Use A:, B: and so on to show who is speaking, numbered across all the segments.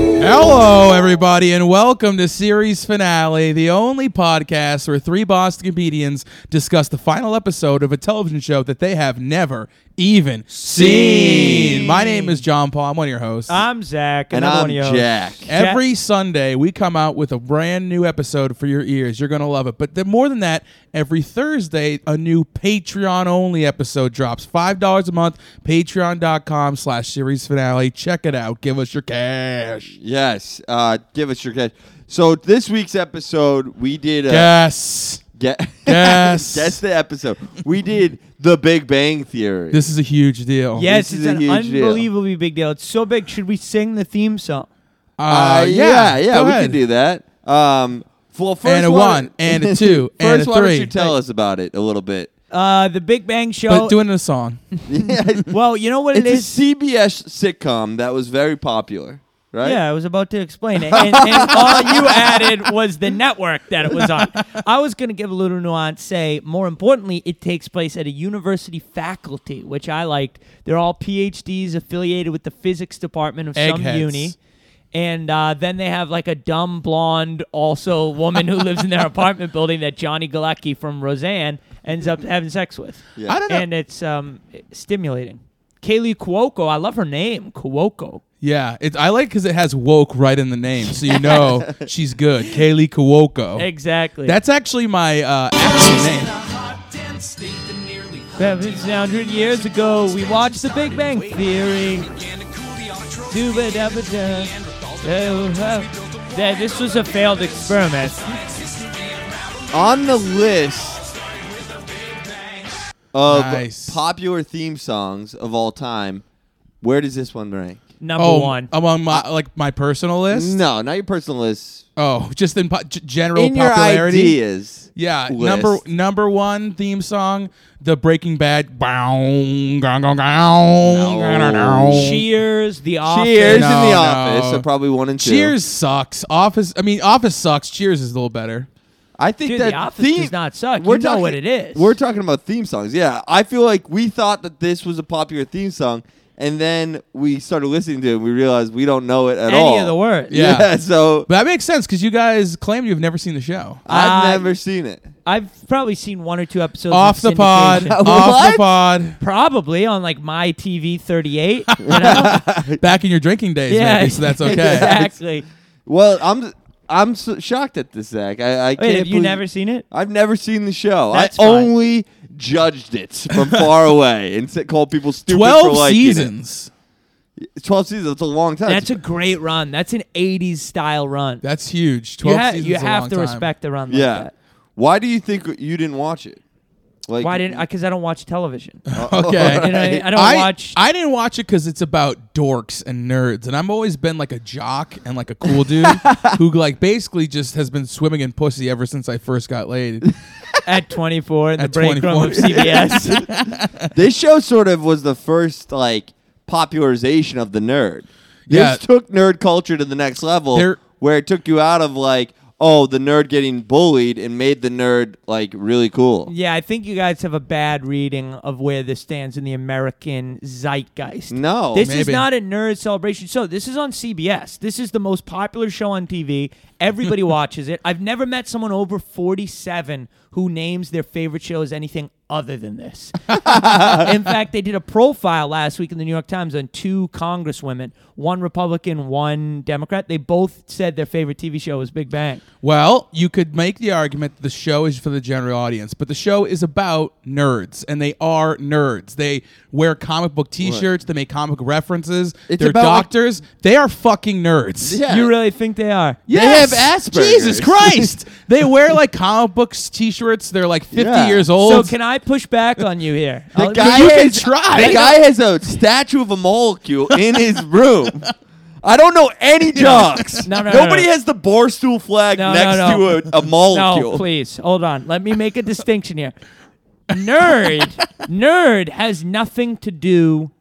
A: Hello, everybody, and welcome to Series Finale, the only podcast where three Boston comedians discuss the final episode of a television show that they have never even seen. My name is John Paul. I'm one of your hosts.
B: I'm Zach,
C: And
B: another
C: I'm
B: one of your hosts.
C: Jack.
A: Every Sunday, we come out with a brand new episode for your ears. You're going to love it. But then more than that, every Thursday, a new Patreon only episode drops. $5 a month, patreon.com slash series finale. Check it out. Give us your cash.
C: Yes. Uh, give us your guess. So this week's episode, we did a
A: Yes.
C: Gue-
A: Guess.
C: guess the episode. We did The Big Bang Theory.
A: This is a huge deal.
B: Yes, it's
C: This is a
B: an
C: huge deal.
B: unbelievably big deal. It's so big. Should we sing the theme song?
C: uh, yeah, yeah,
A: go
C: we
A: ahead.
C: can do that. Um, well, first
A: And a
C: why
A: one,
C: don't-
A: and a two, and
C: first,
A: a
C: why
A: three.
C: don't you tell us about it a little bit?
B: Uh, the Big Bang Show.
A: But doing it in a song.
B: well, you know what
C: it's
B: it is.
C: a CBS sitcom that was very popular, right?
B: Yeah, I was about to explain it, and, and all you added was the network that it was on. I was going to give a little nuance. Say, more importantly, it takes place at a university faculty, which I liked. They're all PhDs affiliated with the physics department of some
A: Eggheads.
B: uni. And uh, then they have like a dumb blonde, also woman who lives in their apartment building that Johnny Galecki from Roseanne ends up having sex with.
C: Yeah.
A: I don't know.
B: And it's um, stimulating. Kaylee Cuoco, I love her name,
A: Oh.
B: Cuoco.
A: yeah, it, I like because it has woke right in the name, so you know she's good. Kaylee Kuoko.
B: Exactly.
A: That's actually my uh, actual name.
B: Seven hundred years ago, we watched The Big Bang Theory. Doo-ba-da-ba-da. Oh, oh. Yeah, this was a failed experiment.
C: On the list of
A: Nice.
C: popular theme songs of all time, where does this one rank?
B: Number
A: oh,
B: one.
A: among my like my personal list.
C: Uh, No, not your personal list.
A: Oh, just in po- g- general
C: in
A: popularity.
C: your ideas.
A: Yeah,
C: list.
A: number number one theme song, the Breaking Bad. Bow, gong, gong, gong, gong, gong.
B: Cheers, The Office.
C: Cheers
A: No,
C: in the
A: no.
C: office. So probably one and two.
A: Cheers sucks. Office. I mean, Office sucks. Cheers is a little better.
C: I think
B: Dude,
C: that
B: The Office
C: theme,
B: does not suck.
C: We're
B: You know
C: talking,
B: what it is.
C: We're talking about theme songs. Yeah, I feel like we thought that this was a popular theme song, and then we started listening to it. and We realized we don't know it at
B: Any
C: all.
B: of the words.
A: Yeah.
C: Yeah. so
A: But that makes sense because you guys claim you've never seen the show.
C: I've
B: I-
C: never seen it.
B: I've probably seen one or two episodes.
A: off
B: in
A: the pod,
B: syndication.
A: off the
C: What?
A: pod.
B: Probably on like my TV 38. You know?
A: Back in your drinking days,
B: Yeah.
A: maybe, so that's okay.
B: exactly.
C: Well, I'm I'm so shocked at this, Zach. I, I
B: Wait,
C: can't.
B: have you
C: believe-
B: never seen it?
C: I've never seen the show.
B: That's
C: I
B: fine.
C: only judged it from far away and s- called people stupid. for
A: Twelve
C: liking it.
A: seasons.
C: Twelve seasons. That's a long time.
B: That's a great run. That's an 80s style run.
A: That's huge.
B: You,
A: Twelve
B: ha-
A: seasons.
B: you
A: is a
B: have
A: long
B: to
A: time.
B: respect the run like
C: Yeah.
B: that.
C: Why do you think you didn't watch it? Like uh,
B: Why didn't? Because I don't watch television.
A: Okay.
B: You know, I, I don't
A: I,
B: watch.
A: I didn't watch it because it's about dorks and nerds, and I've always been like a jock and like a cool dude who like basically just has been swimming in pussy ever since I first got laid.
B: at 24 in the
A: At
B: break
A: 24.
B: room of CBS.
C: this show sort of was the first like popularization of the nerd. This
A: Yeah.
C: took nerd culture to the next level
A: There-
C: where it took you out of like, oh, the nerd getting bullied and made the nerd like really cool.
B: yeah, I think you guys have a bad reading of where this stands in the American zeitgeist.
C: No.
B: This is
A: Maybe.
B: not a nerd celebration show. This is on CBS. This is the most popular show on TV. Everybody watches it. I've never met someone over 47 who names their favorite show as anything other than this. in fact, they did a profile last week in the New York Times on two congresswomen, one Republican, one Democrat. They both said their favorite TV show was Big Bang.
A: Well, you could make the argument that the show is for the general audience, but the show is about nerds, and they are nerds. They wear comic book T-shirts. They make comic references.
C: It's
A: They're
C: about, like-
A: doctors. they are fucking nerds.
C: Yeah.
B: You really think they are?
C: They have Asperger's.
A: Jesus Christ! they wear like comic books T-shirts. They're like 50
C: Yeah.
A: years old.
B: So can I push back on you here?
C: The
B: I'll-
C: guy
A: you can
C: has,
A: try.
C: The guy has a statue of a molecule in his room. I don't know any jocks.
B: No, no, no,
C: Nobody
B: no.
C: has the barstool flag
B: No,
C: next
B: no, no.
C: to a, a molecule.
B: No, please hold on. Let me make a distinction here. Nerd, nerd has nothing to do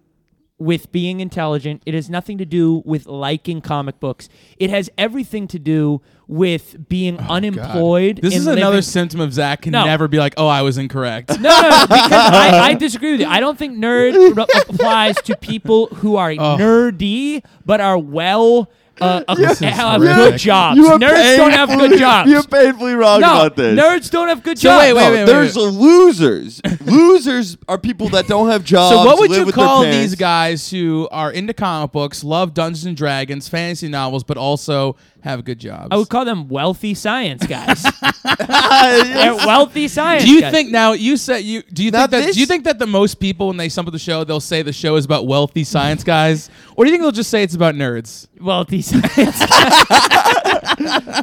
B: with being intelligent. It has nothing to do with liking comic books. It has everything to do with being
C: Oh,
A: God.
B: unemployed.
A: This
B: and
A: is another
B: living-
A: symptom of Zach can
B: No.
A: never be like, oh, I was incorrect.
B: no, no, no, because I, I disagree with you. I don't think
C: Oh.
B: nerd r- applies to people who are nerdy but are well uh, a,
A: This is
B: have
A: horrific.
B: good jobs.
C: You are
B: Nerds don't have
C: painfully-
B: good jobs.
C: You're painfully wrong
B: no,
C: about this.
B: nerds don't have good
A: So
B: jobs.
A: wait, wait,
C: No,
A: wait, wait,
C: there's losers. losers are people that don't have jobs.
A: So what would
C: Um, live
A: you
C: with their
A: call
C: parents.
A: these guys who are into comic books, love Dungeons and Dragons, fantasy novels, but also have good jobs?
B: I would call them wealthy science guys.
C: Yeah,
B: They're wealthy science.
A: do you
B: guys.
A: think now you said you do you
C: Now
A: think that
C: this-
A: do you think that the most people when they sum up the show they'll say the show is about wealthy science guys or do you think they'll just say it's about nerds?
B: wealthy science?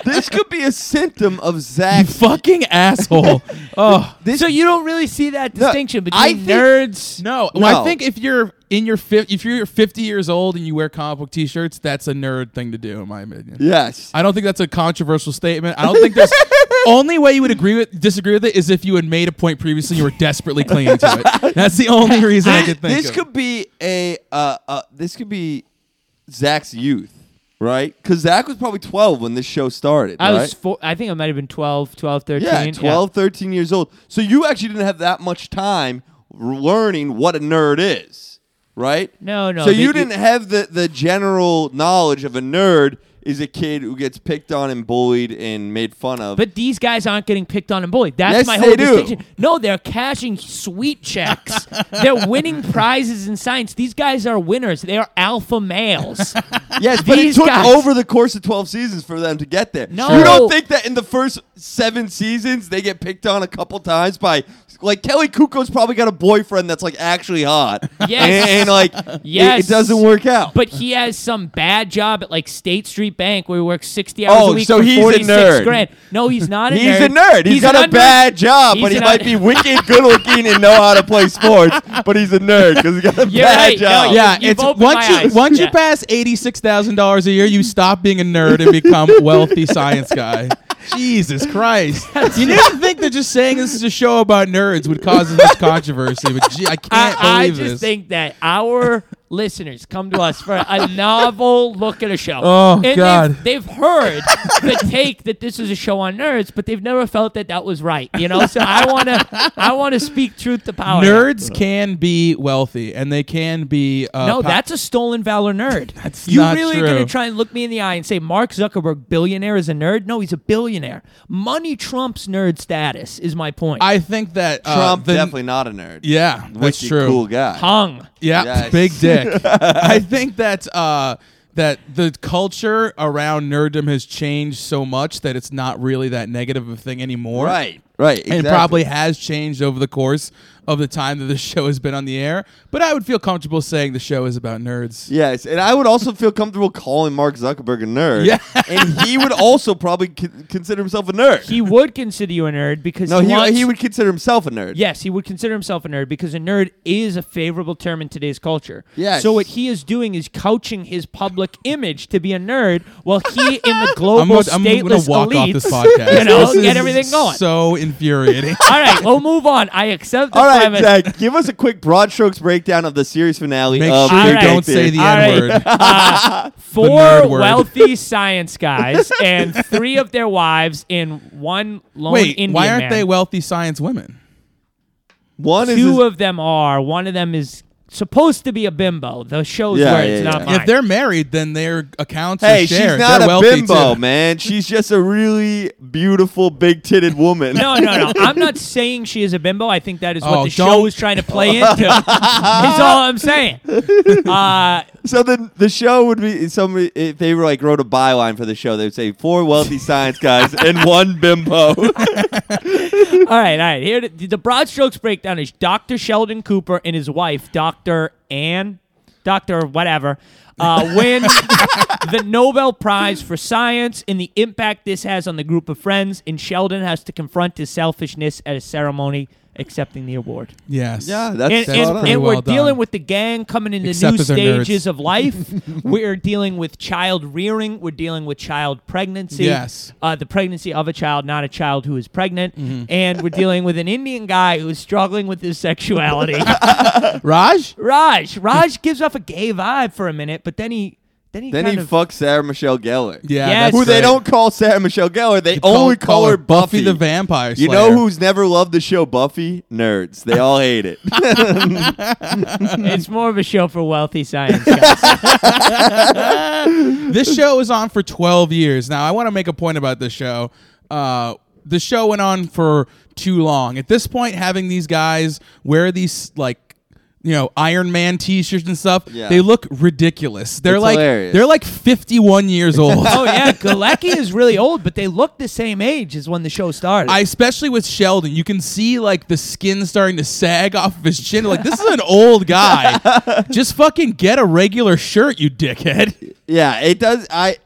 C: this could be a symptom of Zach's
A: Fucking asshole. oh
B: so you don't really see that distinction between
C: I think-
B: nerds.
A: no. Well, I
C: No.
A: think if you're in your fif- if you're 50 years old and you wear comic book T-shirts, that's a nerd thing to do in my opinion.
C: Yes.
A: I don't think that's a controversial statement. I don't think there's only way you would agree with disagree with it is if you had made a point previously and you were desperately clinging to it. That's the only reason I could think
C: this
A: of.
C: could be a uh, uh, this could be Zach's youth, right? Because Zach was probably 12 when this show started.
B: I
C: right?
B: was four, I think I might have been 12, 12, 13.
C: yeah, 12, 13 years old. So you actually didn't have that much time r- learning what a nerd is, right?
B: No, no,
C: So
B: but
C: you
B: you-
C: didn't have the the general knowledge of a nerd is a kid who gets picked on and bullied and made fun of.
B: But these guys aren't getting picked on and bullied. That's
C: Yes,
B: my
C: they
B: whole
C: do.
B: distinction. No, they're cashing sweet checks. they're winning prizes in science. These guys are winners. They are alpha males.
C: Yes, but it
B: These
C: took
B: guys-
C: over the course of 12 seasons for them to get there.
B: No.
C: You don't think that in the first seven seasons they get picked on a couple times by, like, Kelly Kuko's probably got a boyfriend that's, like, actually hot.
B: Yes.
C: And, and, like, it-
B: Yes.
C: it, doesn't work out.
B: but he has some bad job at like State Street Bank where he works 60 hours
C: Oh,
B: a week
C: so
B: for
C: he's a
B: 46
C: nerd.
B: grand. No, he's not a
C: He's
B: nerd.
C: a nerd. he's got
B: an
C: a
B: unre-
C: bad job,
B: He's
C: but he
B: an
C: might
B: un-
C: be wicked good looking and know how to play sports. But he's a nerd because he got a
B: You're
C: bad
B: right. No,
C: job.
B: you-
A: yeah,
B: you've
A: it's
B: opened
A: once
B: my
A: you
B: eyes.
A: once you
B: Yeah.
A: pass eighty six thousand dollars a year, you stop being a nerd and become wealthy science guy. Jesus Christ! you didn't think that just saying this is a show about nerds would cause this controversy, but gee, I can't
B: I, I
A: believe
B: just
A: this.
B: think that our listeners come to us for a novel look at a show.
A: Oh,
B: And they've-
A: God.
B: They've, heard the take that this is a show on nerds, but they've never felt that that was right. You know, so I want to, I want to speak truth to power.
A: nerds can be wealthy, and they can be uh,
B: Oh, No,
A: po-
B: that's a stolen valor nerd.
A: That's
B: you
A: not
B: really
A: true.
B: gonna try and look me in the eye and say Mark Zuckerberg billionaire is a nerd? No, he's a billionaire. Money trumps nerd status. Is my point.
A: I think that uh,
C: Trump,
A: the-
C: definitely not a nerd.
A: Yeah, that's
C: Wicked
A: true.
C: cool guy.
B: hung.
A: Yeah,
C: Yes.
A: big dick. I think that uh, that the culture around nerddom has changed so much that it's not really that negative of a thing anymore.
C: Right. Right. Exactly.
A: And probably has changed over the course of the time that the show has been on the air. But I would feel comfortable saying the show is about nerds.
C: Yes, and I would also feel comfortable calling Mark Zuckerberg a nerd.
A: Yeah.
C: and he would also probably con- consider himself a nerd.
B: He would consider you a nerd because
C: no,
B: he,
C: he,
B: wants
C: he would consider himself a nerd.
B: Yes, he would consider himself a nerd because a nerd is a favorable term in today's culture.
C: Yes.
B: So what he is doing is couching his public image to be a nerd, while he in the global
A: I'm gonna, I'm
B: stateless
A: gonna walk
B: elites.
A: off this podcast.
B: You know,
A: This is
B: get everything going.
A: So infuriating.
B: All right, we'll move on. I accept the
C: All right,
B: premise.
C: Zach, give us a quick broad strokes breakdown of the series finale.
A: Make
C: of
A: sure you
B: All right.
A: don't say the
B: All right.
A: N word.
B: Uh,
A: nerd
B: four
A: word.
B: wealthy science guys and three of their wives and one lone
A: Wait,
B: Indian
A: why aren't
B: man.
A: they wealthy science women?
C: one is
B: Two
C: his-
B: of them are. One of them is supposed to be a bimbo. The show's
C: Yeah,
B: words,
C: yeah,
B: not
C: yeah.
B: mine.
A: If they're married, then their accounts
C: hey,
A: are
C: she's
A: shared.
C: not
A: They're
C: a
A: wealthy
C: bimbo,
A: too.
C: man. She's just a really beautiful, big-titted woman.
B: No, no, no. I'm not saying she is a bimbo. I think that is what
A: Oh,
B: the
A: don't-
B: show is trying to play into. is all I'm saying. Uh,
C: So then the show would be somebody if they were like wrote a byline for the show, they would say four wealthy science guys and one
B: all
C: bimbo.
B: right, all right. Here, the, the broad strokes breakdown is Dr. Sheldon Cooper and his wife, Dr. Ann, Dr. whatever, uh, win the Nobel Prize for Science and the impact this has on the group of friends. And Sheldon has to confront his selfishness at a ceremony accepting the award.
A: Yes.
C: Yeah, that's-
B: and,
A: That's
B: and,
A: pretty
B: and
A: well
B: we're dealing
A: done.
B: with the gang coming into
A: Except
B: new
A: that they're nerds.
B: stages of life. we're dealing with child rearing. We're dealing with child pregnancy.
A: Yes. Mm-hmm.
B: Uh, the pregnancy of a child, not a child who is pregnant. And we're dealing with an Indian guy who's struggling with his sexuality.
A: Raj?
B: Raj. Raj gives off a gay vibe for a minute, but then he. Then he
C: Then
B: kind
C: he
B: of,
C: fucked Sarah Michelle Gellar.
A: Yeah,
B: Yes.
A: that's
C: Who they
A: right.
C: don't call Sarah Michelle Gellar, they,
A: They call-
C: only call, her Buffy.
A: the Vampire Slayer.
C: You know who's never loved the show Buffy? Nerds. They all hate it.
B: it's more of a show for wealthy science guys.
A: this show was on for 12 years. Now, I want to make a point about this show. Uh, the show went on for too long. At this point, having these guys wear these, like, you know, Iron Man T-shirts and stuff.
C: Yeah.
A: They look ridiculous. They're
C: It's
A: like
C: hilarious.
A: they're like 51 years old.
B: oh yeah, Galecki is really old, but they look the same age as when the show started.
A: I especially with Sheldon, you can see like the skin starting to sag off of his chin. Like this is an old guy. Just fucking get a regular shirt, you dickhead.
C: yeah, it does. I.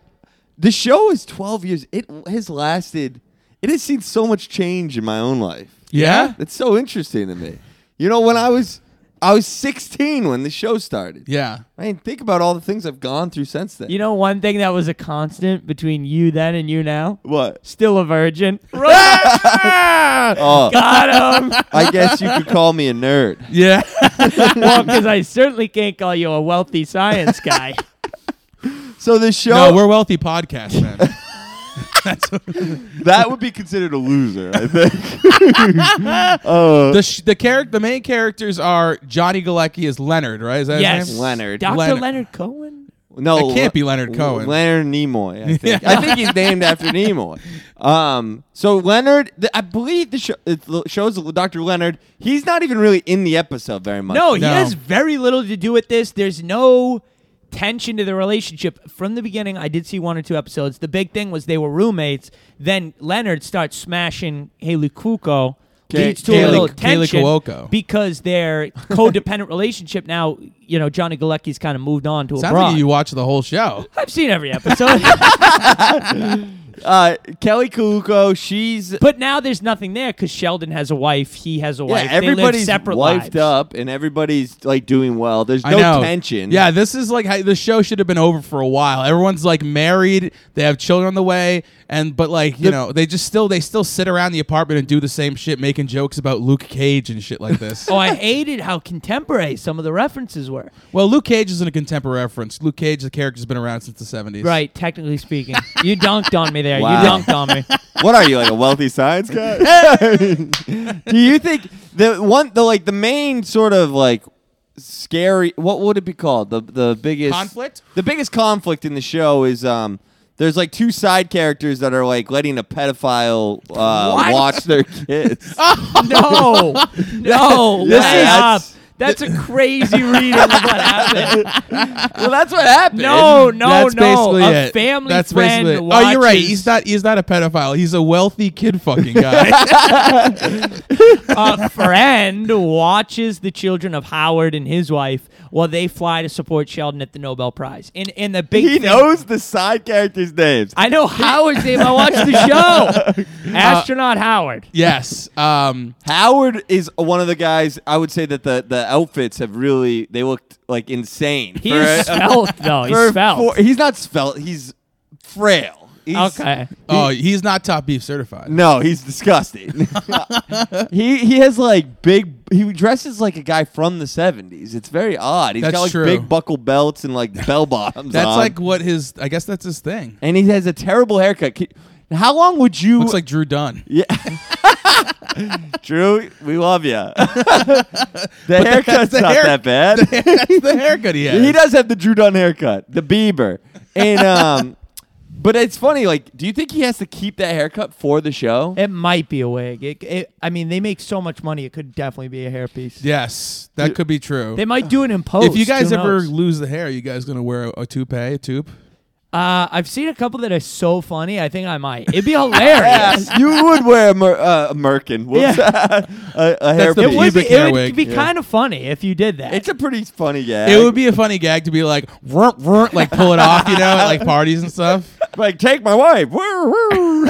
C: The show is 12 years. It has lasted. It has seen so much change in my own life.
A: Yeah.
C: That's so interesting to me. You know, when I was I was 16 when the show started.
A: Yeah.
C: I mean, think about all the things I've gone through since then.
B: you know, one thing that was a constant between you then and you now.
C: what?
B: Still a virgin.
C: Oh,
B: Got him.
C: I guess you could call me a nerd.
A: Yeah.
B: well, because I certainly can't call you a wealthy science guy.
C: So the show
A: no, we're wealthy podcast, man.
C: that would be considered a loser, I think. uh,
A: the sh- the character the main characters are Johnny Galecki is Leonard, right? Is that
B: yes,
A: his name?
C: Leonard.
B: Doctor
A: Leonard.
B: Leonard. Cohen.
C: no,
A: It can't be
C: Le-
A: Leonard Cohen.
C: Leonard Nimoy. I think. I think he's named after Nimoy. Um, so Leonard, th- I believe the show it l- shows Dr. Leonard. He's not even really in the episode very much.
B: No, he
A: No.
B: has very little to do with this. There's no tension to the relationship from the beginning. I did see one or two episodes. The big thing was they were roommates. Then Leonard starts smashing Haley Cuoco.
C: Kay-
B: Leads to
A: Kaylee-
B: a little
A: Kaylee
B: tension
A: Cuoco.
B: because their codependent relationship now. You know, Johnny Galecki's kind of moved on to a
A: Sounds
B: broad.
A: like you watch the whole show.
B: I've seen every episode.
C: uh, Kelly Kaluko. She's
B: But now there's nothing there because Sheldon has a wife. He has a wife.
C: Yeah, everybody's
B: they live separate
C: wifed
B: lives.
C: up and everybody's like doing well. There's
A: I
C: no
A: know.
C: tension.
A: Yeah, this is like how, the show should have been over for a while. Everyone's like married, they have children on the way, and but like you
C: The-
A: know, they just still they still sit around the apartment and do the same shit, making jokes about Luke Cage and shit like this.
B: Oh, I hated how contemporary some of the references were.
A: well, Luke Cage isn't a contemporary reference. Luke Cage, the character's been around since the seventies.
B: Right, technically speaking, you dunked on me there.
C: Wow.
B: You dunked on me.
C: What are you like a wealthy science guy? Do you think the one the like the main sort of like scary what would it be called the the biggest
A: Conflict?
C: the biggest conflict in the show is um there's like two side characters that are like letting a pedophile uh,
B: What? Oh,
C: watch their kids.
B: No, no,
C: This
B: way
C: is-
B: up. That's a crazy reading of what happened.
C: well, that's what happened.
B: No, no,
A: That's
B: no.
A: basically
B: a
A: it.
B: family
A: That's
B: friend.
A: basically it.
B: Watches.
A: Oh, you're right. He's not. He's not a pedophile. He's a wealthy kid fucking guy.
B: a friend watches the children of Howard and his wife while they fly to support Sheldon at the Nobel Prize. And and the big
C: He
B: thing-
C: knows the side characters' names.
B: I know Howard's name. I watched the show.
C: Uh,
B: Astronaut Howard.
A: yes. Um.
C: Howard is one of the guys. I would say that the the outfits have really they looked like insane.
B: He's
C: For-
B: spelt though. He's
C: for
B: spelt.
C: four- he's not spelt. He's frail. He's-
B: okay.
A: Oh, he's not top beef certified.
C: No, he's disgusting. he he has like big. He dresses like a guy from the seventies. It's very odd. He's
A: That's
C: got like
A: true.
C: big buckle belts and like bell bottoms.
A: That's
C: on.
A: like what his. I guess that's his thing.
C: and he has a terrible haircut. Ki- How long would you?
A: Looks like Drew Dunn.
C: yeah. Drew, we love you. the haircut's
A: the
C: not
A: hair-
C: that bad.
A: that's the haircut he has.
C: He does have the Drew Dunn haircut, the Bieber, and um. But it's funny, like, do you think he has to keep that haircut for the show?
B: It might be a wig. It, it, I mean, they make so much money. It could definitely be a hairpiece.
A: Yes, that could be true.
B: They might do it in post.
A: If you guys
B: who
A: ever
B: knows?
A: lose the hair, are you guys gonna wear a, a toupee, a tube?
B: uh, I've seen a couple that are so funny. I think I might. It'd be hilarious.
C: Yeah, you would wear a, mer- uh, a merkin. Whoops. a, a
A: That's the Yeah.
B: It
C: hairpiece.
B: would be,
A: Pubic hair
B: it would
A: wig,
B: be
A: yeah.
B: kind of funny if you did that.
C: It's a pretty funny gag.
A: It would be a funny gag to be like, "Ruh, ruh," like pull it off, you know, at like parties and stuff.
C: like take my wife. Woo, woo.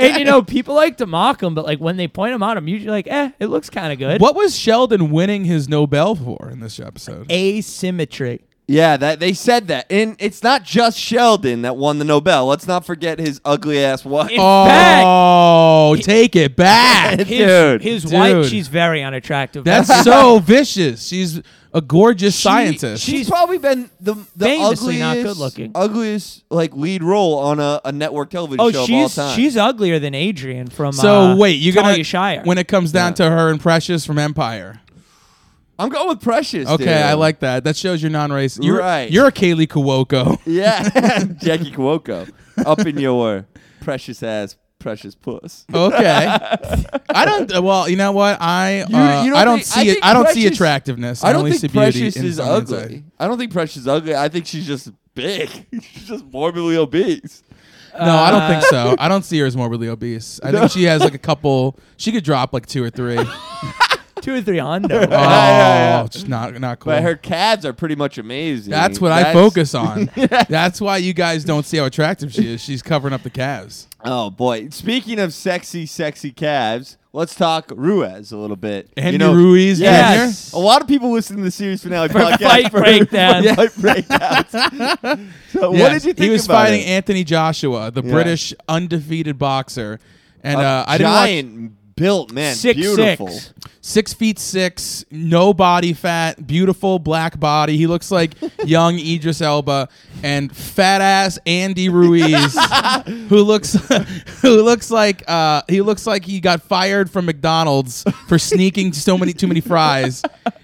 B: and you know, people like to mock them, but like when they point them out, I'm usually like, eh, it looks kind of good.
A: What was Sheldon winning his Nobel for in this episode?
B: asymmetry?
C: Yeah, that they said that, and it's not just Sheldon that won the Nobel. Let's not forget his ugly ass wife.
B: It's back.
A: Oh, take it back.
B: His,
C: Dude.
B: his
A: Dude.
B: wife, she's very unattractive.
A: That's so vicious. She's a gorgeous
C: She-
A: scientist.
C: She's,
B: She's
C: probably been the the
B: famously
C: ugliest,
B: not good-looking.
C: ugliest like lead role on a, a network television
B: oh,
C: show of all
B: she's
C: time.
B: she's uglier than Adrian from.
A: so
B: uh,
A: wait, you're
B: Talia
A: gonna
B: Shire.
A: when it comes down to her and Precious from Empire.
C: I'm going with Precious.
A: Okay,
C: dude.
A: I like that. That shows you're non-racist. You're
C: Right.
A: You're a Kaylee Kuoko.
C: Yeah, Jackie Cuoco up in your precious ass, precious puss.
A: Okay. I don't. uh, Well, you know what? I
C: You-
A: uh,
C: you don't
A: I don't
C: think- I
A: see it.
C: think
A: I don't see
C: Precious-
A: attractiveness. I,
C: I don't
A: only see
C: think
A: beauty
C: Precious
A: in
C: is
A: someone
C: ugly.
A: inside.
C: I don't think Precious is ugly. I think she's just big. she's just morbidly obese.
A: No, I don't think
C: Uh.
A: so. I don't see her as morbidly obese. I think she has like a couple. She could drop like two or three. oh,
B: two or three hondo.
C: yeah, yeah.
A: just not not cool.
C: But her calves are pretty much amazing.
A: That's what I focus on. That's why you guys don't see how attractive she is. She's covering up the calves.
C: Oh boy! Speaking of sexy, sexy calves, let's talk Ruiz a little bit.
A: Andy Ruiz
C: yes.
B: Jr.?
C: A lot of people listen to the series finale podcast
B: fight
C: for-
B: breakdowns.
C: for fight breakdowns. so what
A: Yes,
C: did you think
A: He was
C: about
A: fighting
C: it?
A: Anthony Joshua, the
C: Yeah.
A: British undefeated boxer, and uh, I didn't watch
C: giant built man,
B: Six
C: beautiful.
B: six.
A: six feet six, no body fat, beautiful black body. He looks like young Idris Elba and fat ass Andy Ruiz, who looks who looks like uh, he looks like he got fired from McDonald's for sneaking so many too many fries.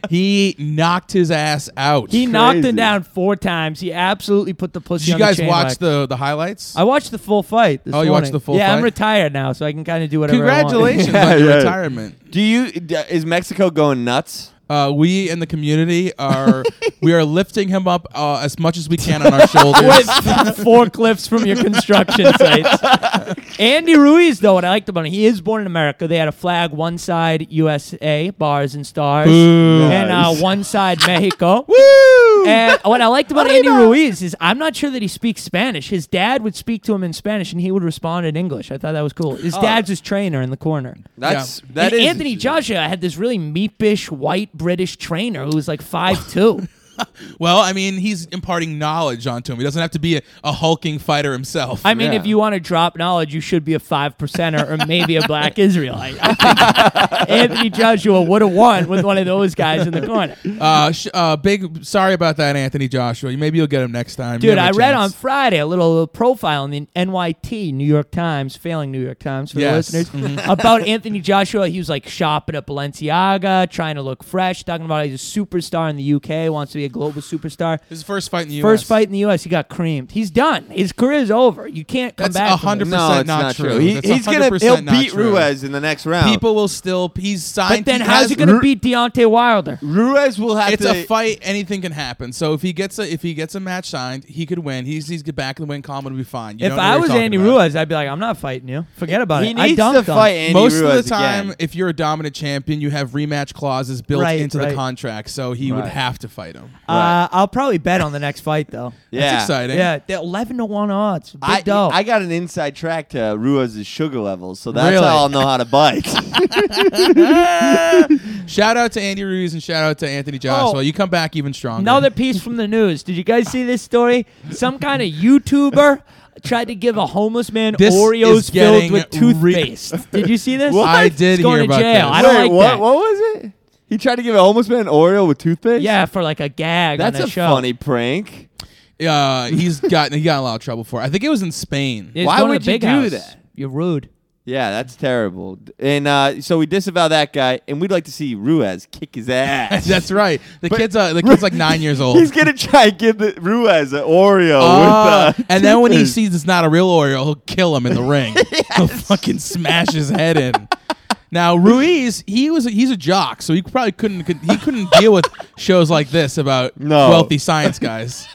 A: He knocked his ass out.
B: He knocked
C: Crazy.
B: him down four times. He absolutely put the pussy.
A: Did you
B: on
A: guys
B: the chain
A: watch
B: leg.
A: the the highlights?
B: I watched the full fight. This
A: Oh, you watched
B: morning.
A: the full
B: yeah, I'm
A: fight?
B: retired now, so I can kind of do whatever.
A: Congratulations
C: Yeah,
A: on your
C: yeah.
A: retirement.
C: Do you? d- Is Mexico going nuts?
A: Uh, we in the community are we are lifting him up uh, as much as we can on our shoulders.
B: I want. With forklifts from your construction sites. Andy Ruiz, though, what I liked about him, he is born in America. They had a flag one side USA bars and stars, and uh,
C: Nice.
B: one side Mexico.
A: Woo!
B: And what I liked about Andy
A: Arriba.
B: Ruiz is I'm not sure that he speaks Spanish. His dad would speak to him in Spanish, and he would respond in English. I thought that was cool. His dad's his trainer in the corner.
C: That's
A: Yeah.
C: Oh. that
B: and
C: is-
B: Anthony Joshua had this really meepish white British trainer who was like five two.
A: Well, I mean, he's imparting knowledge onto him. He doesn't have to be a, a hulking fighter himself.
B: I mean,
C: Yeah.
B: if you want to drop knowledge, you should be a five percenter or maybe a black Israelite. I think Anthony Joshua would have won with one of those guys in the corner.
A: uh, sh- uh, big sorry about that, Anthony Joshua. Maybe you'll get him next time. You
B: Dude,
A: have a
B: I read on
A: chance.
B: Friday a little profile in the NYT, New York Times, failing New York Times for
A: Yes. Mm-hmm.
B: the listeners, about Anthony Joshua. He was like shopping at Balenciaga, trying to look fresh, talking about he's a superstar in the UK, wants to be a global superstar.
A: His first fight in the U.S.
B: First fight in the U.S., he got creamed. He's done. His career is over. You can't come
A: That's
B: back. from
A: hundred
B: this.
C: No, it's
A: Percent not
C: not true.
A: true.
C: He,
A: That's
C: he's gonna
A: 100%
C: he'll
A: not
C: beat
A: true.
C: Ruiz in the next round.
A: People will still. He's signed.
B: But then
A: he
B: how's
A: has-
B: he going to beat Deontay Wilder?
C: Ruiz will have
A: It's
C: to.
A: a fight. Anything can happen. So if he gets a if he gets a match signed, he could win. He's he's get back in the win column and be fine. You
B: If
A: don't know
B: I
A: what you're
B: was
A: talking
B: Andy
A: about.
B: Ruiz, I'd be like, I'm not fighting you. Forget about
C: He
B: it. I
C: needs
B: dunked
C: to
B: him.
C: fight Andy
A: Most
C: Ruiz
A: of the time,
C: again.
A: if you're a dominant champion, you have rematch clauses built
B: Right,
A: into the
B: right.
A: contract, so he would
C: Right.
A: have to fight him.
B: Uh, I'll probably bet on the next fight though.
C: yeah.
A: That's exciting.
B: Yeah, they're eleven to one odds. Big
C: I,
B: dough.
C: I got an inside track to Ruiz's sugar levels, so that's
A: Really?
C: how I'll know how to bite.
A: Shout out to Andy Ruiz and shout out to Anthony Joshua.
B: Oh.
A: You come back even stronger.
B: Another piece from the news. Did you guys see this story? Some kind of YouTuber tried to give a homeless man
A: This is
B: Oreos
A: getting
B: filled with
A: re-
B: toothpaste. Did you see this?
A: What? I
B: He's
A: did
B: going
A: hear
B: to
A: about
B: jail.
A: this.
B: I don't
C: Wait,
B: like
C: what?
B: that.
C: What was it? He tried to give an homeless man an Oreo with toothpaste.
B: Yeah, for like a gag.
C: that's
B: on
C: a
B: that show.
C: funny prank.
A: Uh, he's gotten he got in a lot of trouble for. It. I think it was in Spain.
B: It's
C: Why
B: going to
C: would you
B: Big
C: do
B: House.
C: that?
B: You're rude.
C: Yeah, that's terrible. And uh, so we disavow that guy, and we'd like to see Ruiz kick his ass.
A: That's right. The kid's uh, the kid's like nine years old.
C: He's gonna try and give the Ruiz an
B: Oh.
C: Oreo
A: Ah,
C: with uh,
A: and then when he
C: toothpaste.
A: sees it's not a real Oreo, he'll kill him in the ring. He'll fucking smash his head in. Now Ruiz, he was he's a jock, so he probably couldn't he couldn't deal with shows like this about
C: No.
A: wealthy science guys.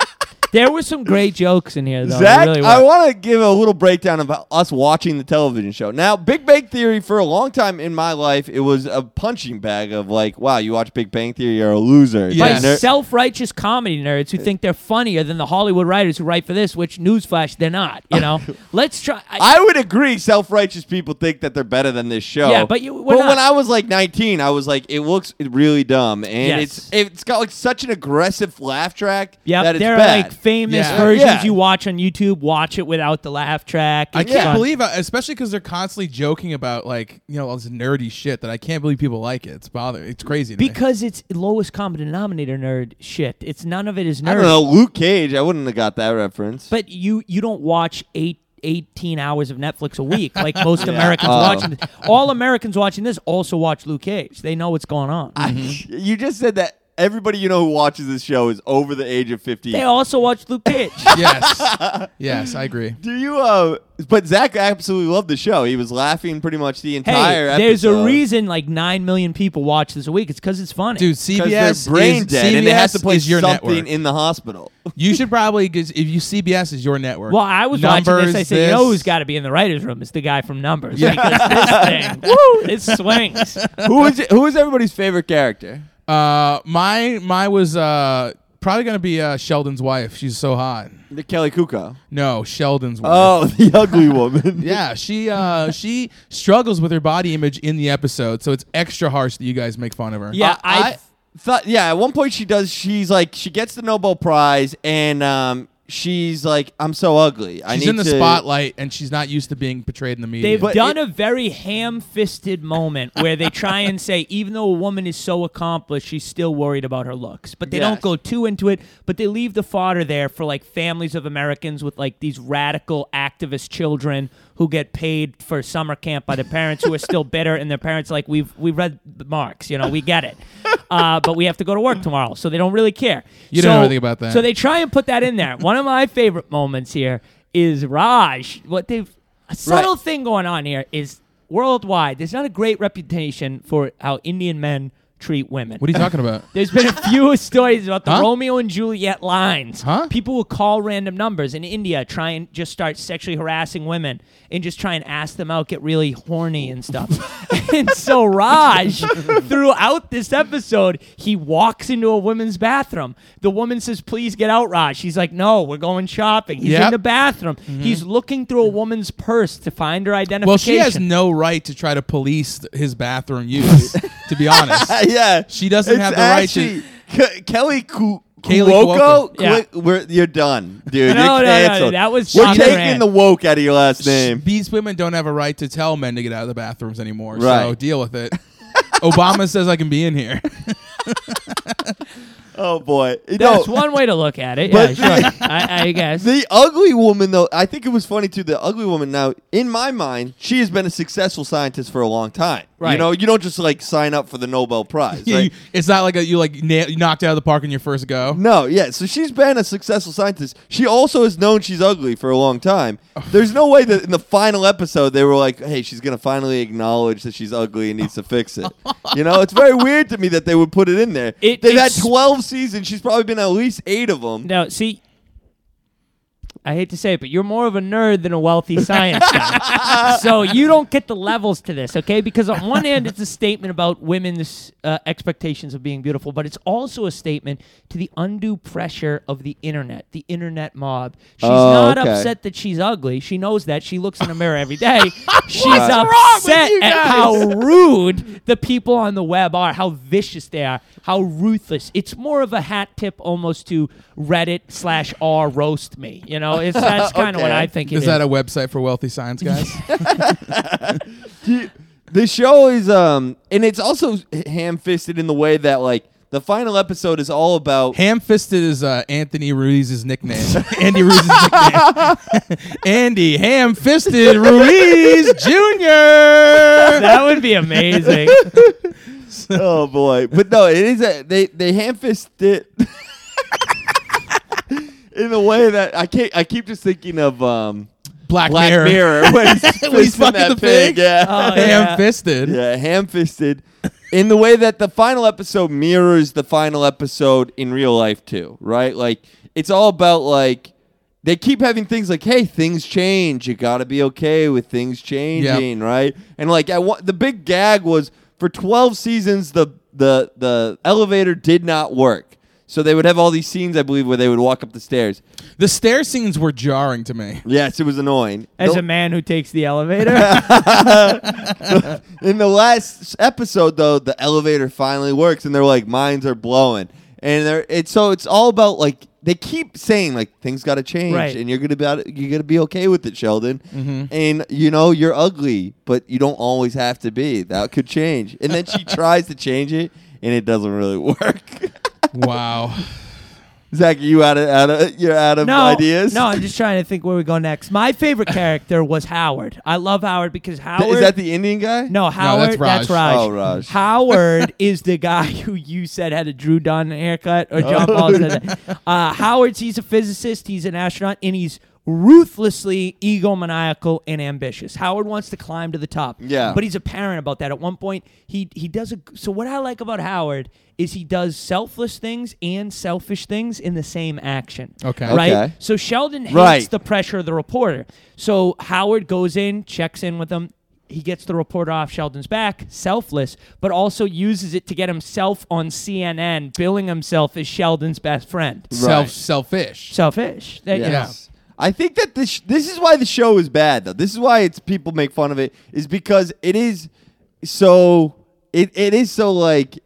B: There were some great jokes in here, though. There
C: Zach,
B: really were.
C: I want to give a little breakdown of us watching the television show. Now, Big Bang Theory, for a long time in my life, it was a punching bag of like, wow, you watch Big Bang Theory, you're a loser.
A: Yeah.
B: by
A: Yes.
C: Ner-
B: self-righteous comedy nerds who think they're funnier than the Hollywood writers who write for this, which newsflash they're not. You know, let's try. I,
C: I would agree. Self-righteous people think that they're better than this show.
B: Yeah, but you- we're
C: but
B: not.
C: when I was like 19, I was like, it looks really dumb, and
B: Yes.
C: it's it's got like such an aggressive laugh track
B: yeah,
C: that it's
B: there are
C: bad.
B: like famous
A: Yeah.
B: versions
C: Yeah.
B: you watch on YouTube. Watch it without the laugh track.
A: I
B: It's
A: can't
B: fun.
A: believe, I, especially because they're constantly joking about like you know all this nerdy shit that I can't believe people like it. It's bothering. It's crazy. to me.
B: because it's lowest common denominator nerd shit. It's none of it is nerd.
C: I don't know Luke Cage. I wouldn't have got that reference.
B: But you you don't watch eight. 18 hours of Netflix a week, like most Americans
C: Oh.
B: watching. This. All Americans watching this also watch Luke Cage. They know what's going on.
C: you just said that everybody you know who watches this show is over the age of 50.
B: they also watch Luke Cage.
A: yes, yes, I agree.
C: Do you? Uh, but Zach absolutely loved the show. He was laughing pretty much the
B: Hey,
C: entire.
B: there's a
C: episode.
B: reason like nine million people watch this a week. It's because it's funny,
A: Dude,
C: 'Cause
A: CBS
C: they're brain
A: is,
C: dead,
A: CBS
C: and they have to play
A: is your
C: something
A: network.
C: in the hospital.
A: you should probably 'cause if you CBS is your network.
B: Well, I was watching this. I
A: Numbers,
B: said, you know who's
A: this-
B: got to be in the writers' room? It's the guy from Numbers. Yeah. Because this thing, woo, it swings.
C: who is who is everybody's favorite character?
A: Uh, my my was uh probably gonna be uh Sheldon's wife. She's so hot.
C: The Kelly Kuko.
A: No, Sheldon's wife.
C: Oh, the ugly woman.
A: Yeah, she uh she struggles with her body image in the episode, so it's extra harsh that you guys make fun of her.
B: Yeah, I.
C: Uh, I thought yeah, at one point she does she's like she gets the Nobel Prize and um she's like I'm so ugly. I
A: she's
C: need
A: in the
C: to
A: spotlight and she's not used to being portrayed in the media.
B: They've
C: But
B: done
C: it-
B: a very ham-fisted moment where they try and say, even though a woman is so accomplished, she's still worried about her looks. But they
C: Yes.
B: don't go too into it. But they leave the fodder there for like families of Americans with like these radical activist children who get paid for summer camp by their parents who are still bitter, and their parents are like we've we read the Marx, you know, we get it, uh, but we have to go to work tomorrow, so they don't really care.
A: You don't know anything about that.
B: So they try and put that in there. One of my favorite moments here is Raj. What they've a subtle
C: Right.
B: thing going on here is worldwide. There's not a great reputation for how Indian men treat women.
A: what are you talking about?
B: There's been a few stories about the
A: Huh?
B: Romeo and Juliet lines.
A: Huh?
B: People will call random numbers in India, try and just start sexually harassing women, and just try and ask them out, get really horny and stuff. and so Raj, throughout this episode, he walks into a woman's bathroom. The woman says, "Please get out, Raj." He's like, "No, we're going shopping." He's
A: Yep. Mm-hmm.
B: in the bathroom. He's looking through a woman's purse to find her identification.
A: Well, she has no right to try to police th- his bathroom use, to be honest.
C: yeah.
A: She doesn't
C: It's
A: have the right to-
C: actually, Ke- Kelly Ku-
A: Kaylee
C: Cuoco?
A: Cuoco.
B: Yeah.
C: Qu- we're, you're done, dude.
B: No, no, no,
C: you're canceled.
B: that was
C: We're
B: Sean
C: taking
B: Moran.
C: the woke out of your last name.
A: These women don't have a right to tell men to get out of the bathrooms anymore. So
C: Right.
A: deal with it. Obama says I can be in here.
C: Oh boy. No,
B: That's one way to look at it. Yeah,
C: But-
B: sure. I, I guess.
C: The ugly woman, though, I think it was funny too. The ugly woman, now, in my mind, she has been a successful scientist for a long time. You
B: Right.
C: know, you don't just like sign up for the Nobel Prize.
A: Yeah,
C: right?
A: you- it's not like a, you like na- you knocked out of the park in your first go.
C: No, yeah. So she's been a successful scientist. She also has known she's ugly for a long time. There's no way that in the final episode they were like, "Hey, she's gonna finally acknowledge that she's ugly and needs to fix it." You know, it's very weird to me that they would put it in there.
B: It-
C: They've had
B: it's-
C: 12 seasons. She's probably been at least eight of them.
B: No, see, I hate to say it, but you're more of a nerd than a wealthy science guy. so you don't get the levels to this, okay? Because on one hand, it's a statement about women's uh, expectations of being beautiful, but it's also a statement to the undue pressure of the internet, the internet mob. She's
C: Oh,
B: not
C: okay.
B: upset that she's ugly. She knows that. She looks in a mirror every day. she's
C: wrong with
B: upset
C: you
B: at
C: guys?
B: how rude the people on the web are, how vicious they are, how ruthless. It's more of a hat tip almost to Reddit slash R roast me. You know, it's that's kind of what
C: Okay.
B: I think it is.
A: Is that a website for wealthy science guys?
C: The show is um and it's also ham-fisted in the way that like the final episode is all about
A: Ham-fisted is uh, Anthony Ruiz's nickname. Andy Ruiz's nickname. Andy Ham-fisted Ruiz Jr.
B: That would be amazing.
C: oh boy. But no, it is a they they ham-fisted it in a way that I can't I keep just thinking of um
A: Black,
C: Black
A: Mirror.
C: Mirror, when he's, fisting
A: fucking
C: that
A: the pig.
C: Yeah.
B: Oh, yeah.
A: Ham-fisted.
C: Yeah, ham-fisted in the way that the final episode mirrors the final episode in real life too, right? Like it's all about like they keep having things like, "Hey, things change. You got to be okay with things changing, right?" And like, I want the big gag was for twelve seasons the the the elevator did not work, so they would have all these scenes, I believe, where they would walk up the stairs.
A: The stair scenes were jarring to me.
C: Yes, it was annoying.
B: As
C: The-
B: a man who takes the elevator,
C: In the last episode, though, the elevator finally works, and they're like, "Minds are blowing," and they're it's so it's all about like they keep saying like things got to change,
B: Right. Mm-hmm.
C: and you're gonna be out, you're gonna be okay with it, Sheldon. And you know you're ugly, but you don't always have to be. That could change. And then she tries to change it, and it doesn't really work.
A: Wow.
C: Zach, you out of out of you're out of
B: no
C: ideas.
B: No, I'm just trying to think where we go next. My favorite character was Howard. I love Howard because Howard.
C: Th- is that the Indian guy?
B: no, Howard.
A: that's Raj.
C: Oh, Raj.
B: Howard is the guy who you said had a Drew Dunn haircut, or John
C: Oh.
B: Paul said that. Uh, Howard's he's a physicist, he's an astronaut, and he's ruthlessly egomaniacal and ambitious. Howard wants to climb to the top.
C: Yeah.
B: But he's a parent about that. At one point, he he does a so what I like about Howard is he does selfless things and selfish things in the same action.
A: Okay.
B: Right?
C: Okay.
B: So Sheldon hates
C: Right.
B: the pressure of the reporter. So Howard goes in, checks in with him. He gets the reporter off Sheldon's back, selfless, but also uses it to get himself on CNN, billing himself as Sheldon's best friend.
A: Self selfish.
B: Selfish. That- you know.
C: Yes. I think that this this is why the show is bad though. This is why it's people make fun of it is because it is so it, it is so like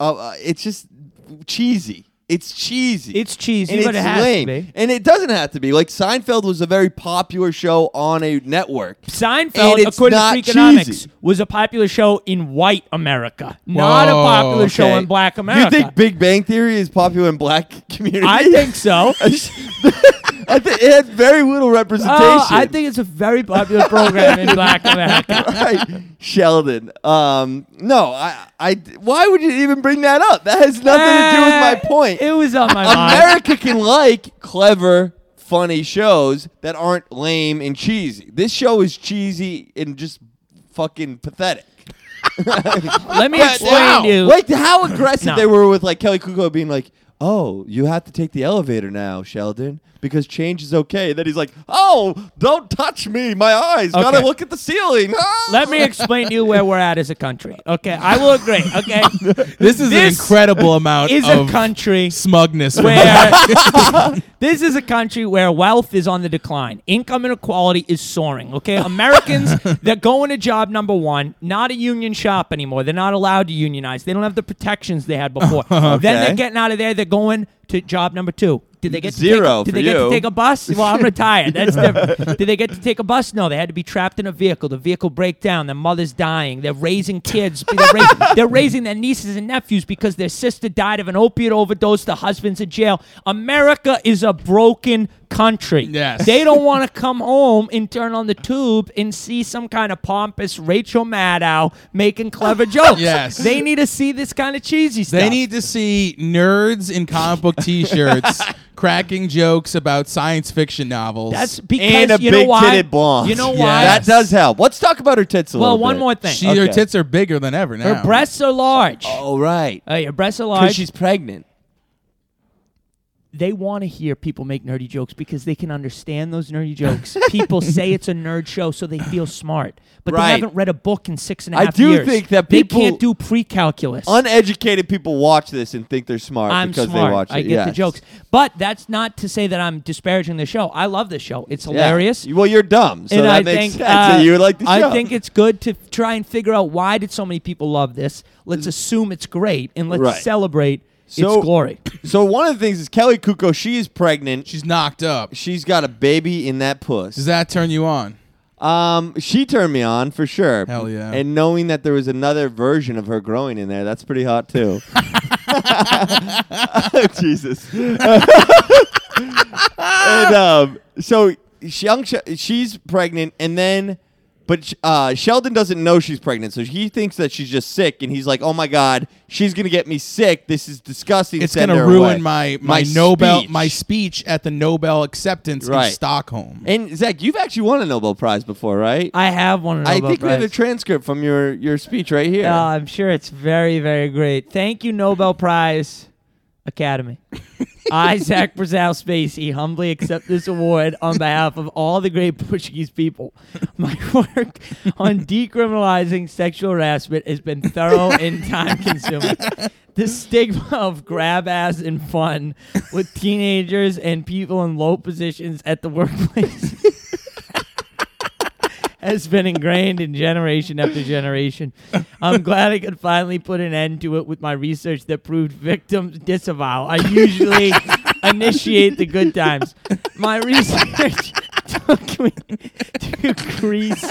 C: uh, uh, it's just cheesy. It's cheesy.
B: It's cheesy,
C: And
B: but
C: it's
B: it has to
C: lame.
B: be.
C: And it doesn't have to be. Like Seinfeld was a very popular show on a network. And
B: Seinfeld,
C: it's
B: according to
C: not
B: Freakonomics,
C: cheesy.
B: was a popular show in white America, not a
A: Whoa,
B: popular show
C: Okay.
B: in black America.
C: You think Big Bang Theory is popular in black communities?
B: I think so.
C: I think it had very little representation.
B: Oh, I think it's a very popular program in black America.
C: right. Sheldon. Um, no, I, I. Why would you even bring that up? That has nothing to do with
B: Eh,
C: my point.
B: It was on my mind.
C: America can like clever, funny shows that aren't lame and cheesy. This show is cheesy and just fucking pathetic.
B: Let me explain
A: wow.
B: to you.
C: Like how aggressive
B: No.
C: they were with like Kelly Kuko being like, "Oh, you have to take the elevator now, Sheldon." Because change is okay. Then he's like, "Oh, don't touch me! My eyes gotta
B: Okay.
C: look at the ceiling." Ah!
B: Let me explain to you where we're at as a country. Okay, I will agree. Okay,
A: This is an
B: This
A: incredible amount
B: is a
A: of
B: country
A: smugness.
B: where this is a country where wealth is on the decline. Income inequality is soaring. Okay, Americans that go into job number one, not a union shop anymore. They're not allowed to unionize. They don't have the protections they had before. Then
C: Okay.
B: they're getting out of there. They're going to job number two. Did they get to Take,
C: Zero
B: did
C: for
B: they get
C: you.
B: to take a bus? Well, I'm retired. That's different. Did they get to take a bus? No, they had to be trapped in a vehicle. The vehicle break down. Their mother's dying. They're raising kids. They're, rais- they're raising their nieces and nephews because their sister died of an opiate overdose. The husband's in jail. America is a broken country.
A: Yes.
B: They don't want to come home and turn on the tube and see some kind of pompous Rachel Maddow making clever jokes.
A: Yes.
B: They need to see this kind of cheesy stuff.
A: They need to see nerds in comic book T-shirts cracking jokes about science fiction novels.
B: That's because
C: and a
B: you know
C: big
B: why.
C: titted blonde.
B: You know
A: Yeah.
B: why?
C: That does help. Let's talk about her tits a
B: well,
C: little
B: one
C: bit.
B: more thing.
A: she. Her
C: Okay.
A: tits are bigger than ever now.
B: Her breasts are large.
C: Oh right,
B: Uh, your breasts are
C: because
B: large.
C: she's pregnant.
B: they want to hear people make nerdy jokes because they can understand those nerdy jokes. people say it's a nerd show, so they feel smart, but
C: Right.
B: they haven't read a book in six and a
C: I
B: half
C: do
B: years.
C: think that people-
B: they can't do pre-calculus.
C: Uneducated people watch this and think they're smart
B: I'm
C: because
B: smart.
C: they watch it.
B: I get the
C: Yes.
B: jokes, but that's not to say that I'm disparaging the show. I love the show. It's
C: Yeah.
B: hilarious.
C: Well, you're dumb, so
B: and
C: that
B: I
C: makes
B: think
C: sense.
B: uh,
C: that you would like the show.
B: I think it's good to f- try and figure out why did so many people love this. Let's assume it's great and let's
C: Mm. Right.
B: celebrate
C: So-
B: its glory.
C: so. One of the things is Kelly Kuko. She is pregnant.
A: She's knocked up.
C: She's got a baby in that
A: Does
C: puss.
A: that turn you on?
C: Um, she turned me on for sure.
A: Hell yeah.
C: And knowing that there was another version of her growing in there, that's pretty hot too. Jesus. and um, so young Sh- she's pregnant, and then, but uh, Sheldon doesn't know she's pregnant, so he thinks that she's just sick, and he's like, "Oh my god, she's gonna get me sick. This is disgusting.
A: It's
C: Send
A: gonna
C: her away."
A: ruin my, my Nobel
C: speech.
A: my speech at the Nobel acceptance
C: Right.
A: in Stockholm.
C: And Zach, you've actually won a Nobel Prize before, right?
B: I have one.
C: I think we have a transcript from your your speech right here.
B: Uh, I'm sure it's very, very great. Thank you, Nobel Prize Academy. I, Zach Brazal Spacey, humbly accept this award on behalf of all the great Portuguese people. My work on decriminalizing sexual harassment has been thorough and time consuming. The stigma of grab ass and fun with teenagers and people in low positions at the workplace has been ingrained in generation after generation. I'm glad I could finally put an end to it with my research that proved victims disavow. I usually initiate the good times. My research took me to Greece,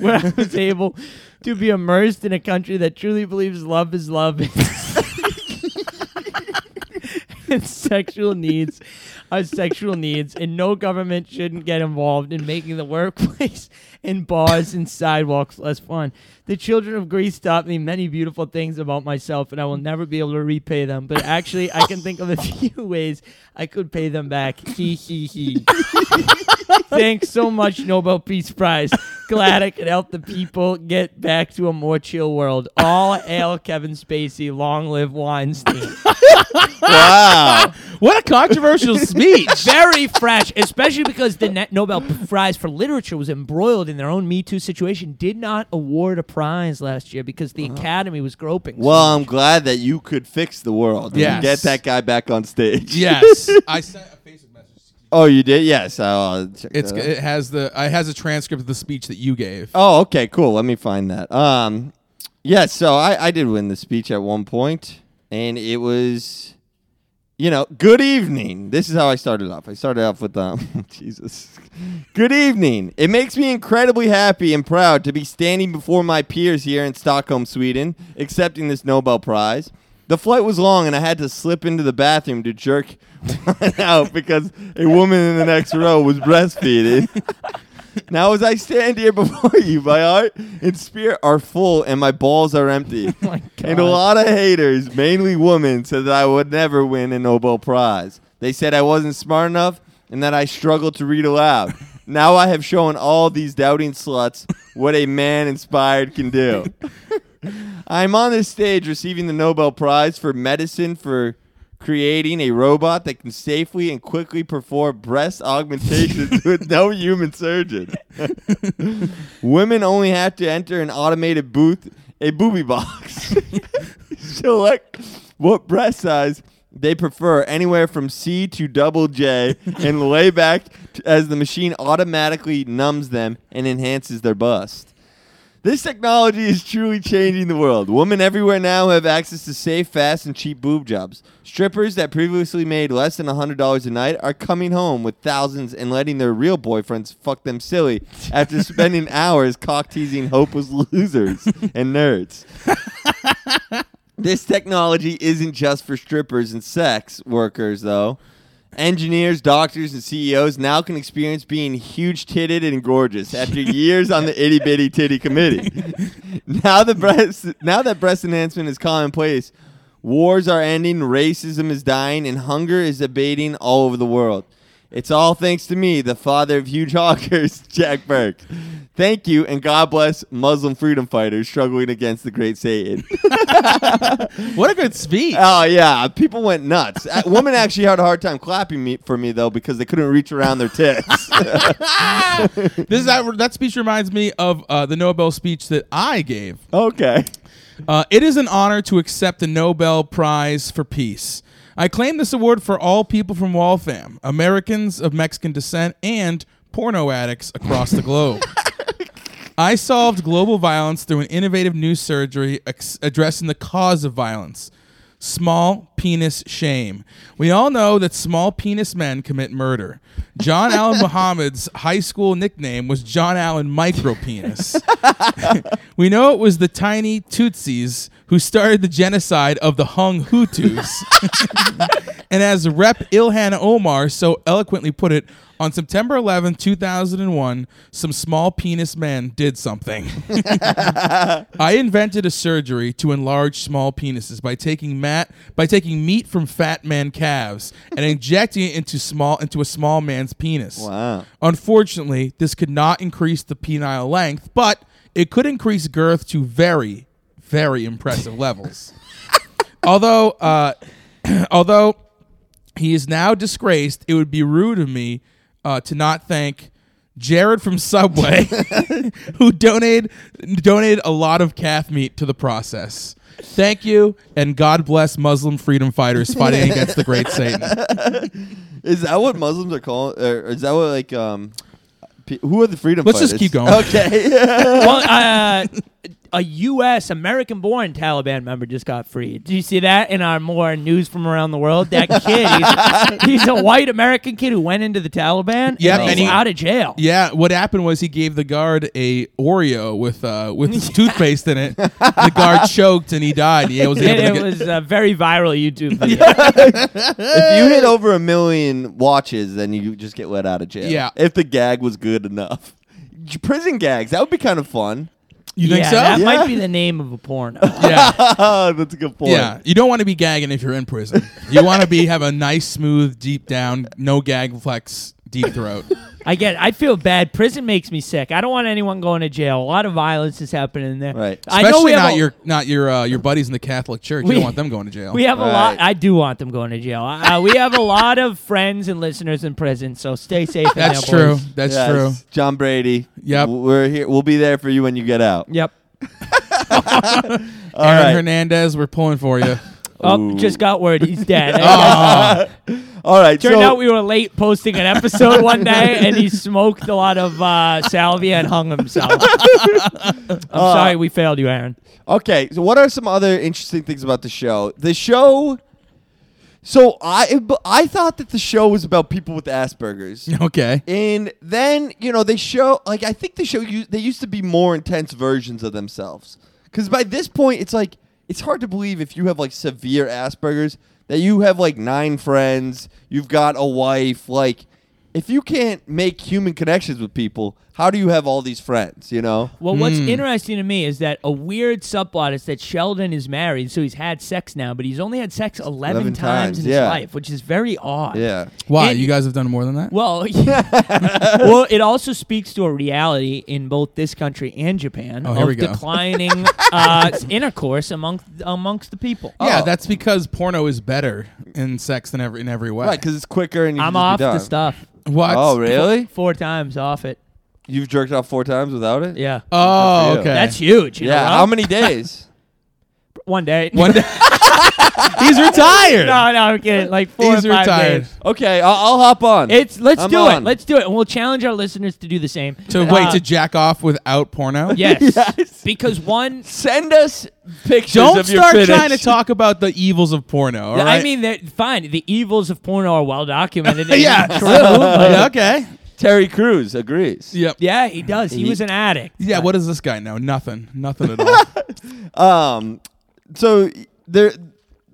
B: where I was able to be immersed in a country that truly believes love is love. and sexual needs are sexual needs, and no government shouldn't get involved in making the workplace and bars and sidewalks less fun. The children of Greece taught me many beautiful things about myself, and I will never be able to repay them. But actually, I can think of a few ways I could pay them back. Hee hee hee. Thanks so much, Nobel Peace Prize. Glad I could help the people get back to a more chill world. All hail Kevin Spacey. Long live Weinstein.
C: Wow.
A: What a controversial speech.
B: very fresh, especially because the Net Nobel Prize for Literature was embroiled in their own Me Too situation. Did not award a prize last year because
A: Uh-huh.
B: the Academy was groping. so
C: Well, I'm glad that you could fix the world and
A: Yes.
C: get that guy back on stage.
A: Yes, I sent a Facebook message.
C: Oh, you did? Yes. I'll I'll check
A: It's
C: that out.
A: it has the it has a transcript of the speech that you gave.
C: Oh, okay, cool. Let me find that. Um, yeah, so I, I did win the speech at one point, and it was, you know, good evening. This is how I started off. I started off with, um, Jesus. Good evening. It makes me incredibly happy and proud to be standing before my peers here in Stockholm, Sweden, accepting this Nobel Prize. The flight was long, and I had to slip into the bathroom to jerk one out because a woman in the next row was breastfeeding. Now as I stand here before you, my heart and spirit are full and my balls are empty.
B: Oh my
C: and a
B: God.
C: lot of haters, mainly women, said that I would never win a Nobel Prize. They said I wasn't smart enough and that I struggled to read aloud. now I have shown all these doubting sluts what a man inspired can do. I'm on this stage receiving the Nobel Prize for medicine for creating a robot that can safely and quickly perform breast augmentations with no human surgeon. Women only have to enter an automated booth, a booby box. Select what breast size they prefer, anywhere from C to double J, and lay back t- as the machine automatically numbs them and enhances their bust. This technology is truly changing the world. Women everywhere now have access to safe, fast, and cheap boob jobs. Strippers that previously made less than $100 a night are coming home with thousands and letting their real boyfriends fuck them silly after spending hours cock teasing hopeless losers and nerds. This technology isn't just for strippers and sex workers, though. Engineers, doctors, and CEOs now can experience being huge titted and gorgeous after years on the itty bitty titty committee. now the breast, now that breast enhancement is commonplace, wars are ending, racism is dying, and hunger is abating all over the world. It's all thanks to me, the father of huge hawkers, Jack Burke. Thank you, and God bless Muslim freedom fighters struggling against the great Satan.
A: What a good speech.
C: Oh yeah, people went nuts. Uh, Women actually had a hard time clapping me for me though because they couldn't reach around their tits.
A: This is that, that speech reminds me of uh, the Nobel speech that I gave.
C: okay.
A: Uh, it is an honor to accept the Nobel Prize for Peace. I claim this award for all people from Waltham, Americans of Mexican descent, and porno addicts across the globe. I solved global violence through an innovative new surgery ex- addressing the cause of violence small penis shame. We all know that small penis men commit murder. John Allen Muhammad's high school nickname was John Allen Micropenis. We know it was the tiny Tutsis who started the genocide of the Hung Hutus. and as Rep Ilhan Omar so eloquently put it, on September 11, 2001, some small penis men did something. I invented a surgery to enlarge small penises by taking mat by taking meat from fat man calves and injecting it into small into a small man's penis.
C: Wow.
A: Unfortunately, this could not increase the penile length, but it could increase girth to very, very impressive levels. although, uh, although He is now disgraced. It would be rude of me uh, to not thank Jared from Subway, who donated donated a lot of calf meat to the process. Thank you, and God bless Muslim freedom fighters fighting against the great Satan.
C: Is that what Muslims are calling? Or is that what like um, pe- who are the freedom?
A: Let's just
C: fighters?
A: keep going.
C: Okay.
B: well, uh, a U.S. American-born Taliban member just got freed. Do you see that in our more news from around the world? That kid, he's, he's a white American kid who went into the Taliban.
A: Yep,
B: and,
A: and
B: he's
A: he-
B: out of jail.
A: Yeah, what happened was he gave the guard a Oreo with uh, with his toothpaste in it. The guard choked and he died. Yeah, was able to
B: And it
A: get-
B: was a very viral YouTube video.
C: if you hit over a million watches, then you just get let out of jail.
A: Yeah.
C: If the gag was good enough. J- Prison gags. That would be kind of fun.
A: you think
B: yeah,
A: so?
B: That
A: yeah.
B: might be the name of a porno.
C: That's a good point.
A: Yeah, you don't want to be gagging if you're in prison. You want to be have a nice, smooth, deep down, no gag flex, deep throat.
B: I get. It. I feel bad. Prison makes me sick. I don't want anyone going to jail. A lot of violence is happening there.
C: Right.
B: I know
A: Especially
B: we have
A: not
B: a-
A: your not your uh, your buddies in the Catholic Church. you
B: We-
A: don't want them going to jail.
B: We have a
C: Right.
B: lot. I do want them going to jail. Uh, we have a lot of friends and listeners in prison, so stay safe. in
A: That's
B: there,
A: true.
B: boys.
A: That's
C: Yes.
A: true.
C: John Brady.
A: Yep.
C: w- We're here. We'll be there for you when you get out.
B: Yep.
C: All
A: Aaron
C: right.
A: Hernandez, we're pulling for you.
B: Oh,
C: Ooh.
B: just got word he's dead.
A: Oh.
C: All right.
B: Turned
C: so
B: out we were late posting an episode one day, and he smoked a lot of uh, salvia and hung himself. I'm
A: Uh,
B: sorry, we failed you, Aaron.
C: Okay, so what are some other interesting things about the show? The show. So I I thought that the show was about people with Aspergers.
A: okay.
C: And then you know they show like I think the show u- they used to be more intense versions of themselves because by this point it's like it's hard to believe if you have like severe Asperger's that you have like nine friends you've got a wife like if you can't make human connections with people how do you have all these friends you know
B: Well, what's
C: Hmm.
B: interesting to me is that a weird subplot is that Sheldon is married, so he's had sex now, but he's only had sex 11,
C: 11
B: times,
C: times,
B: in
C: yeah.
B: his life, which is very odd.
C: yeah
A: Why
B: And-
A: you guys have done more than that?
B: Well, well, it also speaks to a reality in both this country and Japan
A: Oh, here we
B: of
A: go.
B: declining uh, intercourse amongst amongst the people.
A: yeah,
C: oh.
A: that's because porno is better in sex than every in every way.
C: right because it's quicker and you can
B: I'm
C: just be
B: off the
C: done.
B: stuff
A: What?
C: oh really
B: four times off it.
C: you've jerked off four times without it
B: Yeah,
A: Oh,
C: Good for you.
A: okay.
B: that's huge. you know
C: yeah
B: what?
C: how many days
B: One day.
A: One day. He's retired.
B: no, no, I'm kidding. Like four
A: He's
B: or five
A: retired.
B: days.
C: okay I'll, I'll hop on
B: It's let's
C: I'm
B: do it.
C: on.
B: Let's do it, and we'll challenge our listeners to do the same.
A: To
B: Uh,
A: wait to jack off without porno.
B: yes,
C: Yes.
B: because one.
C: Send us pictures
A: Don't
C: of your
A: start
C: finish.
A: trying to talk about the evils of porno. All right.
B: I mean, they're- fine. The evils of porno are well documented. and
A: yeah.
B: true. but-
A: yeah. Okay.
C: Terry Crews agrees.
A: Yep.
B: Yeah, he does. He
C: He-
B: was an addict.
A: Yeah, what does this guy know? Nothing. Nothing at all.
C: Um, so they're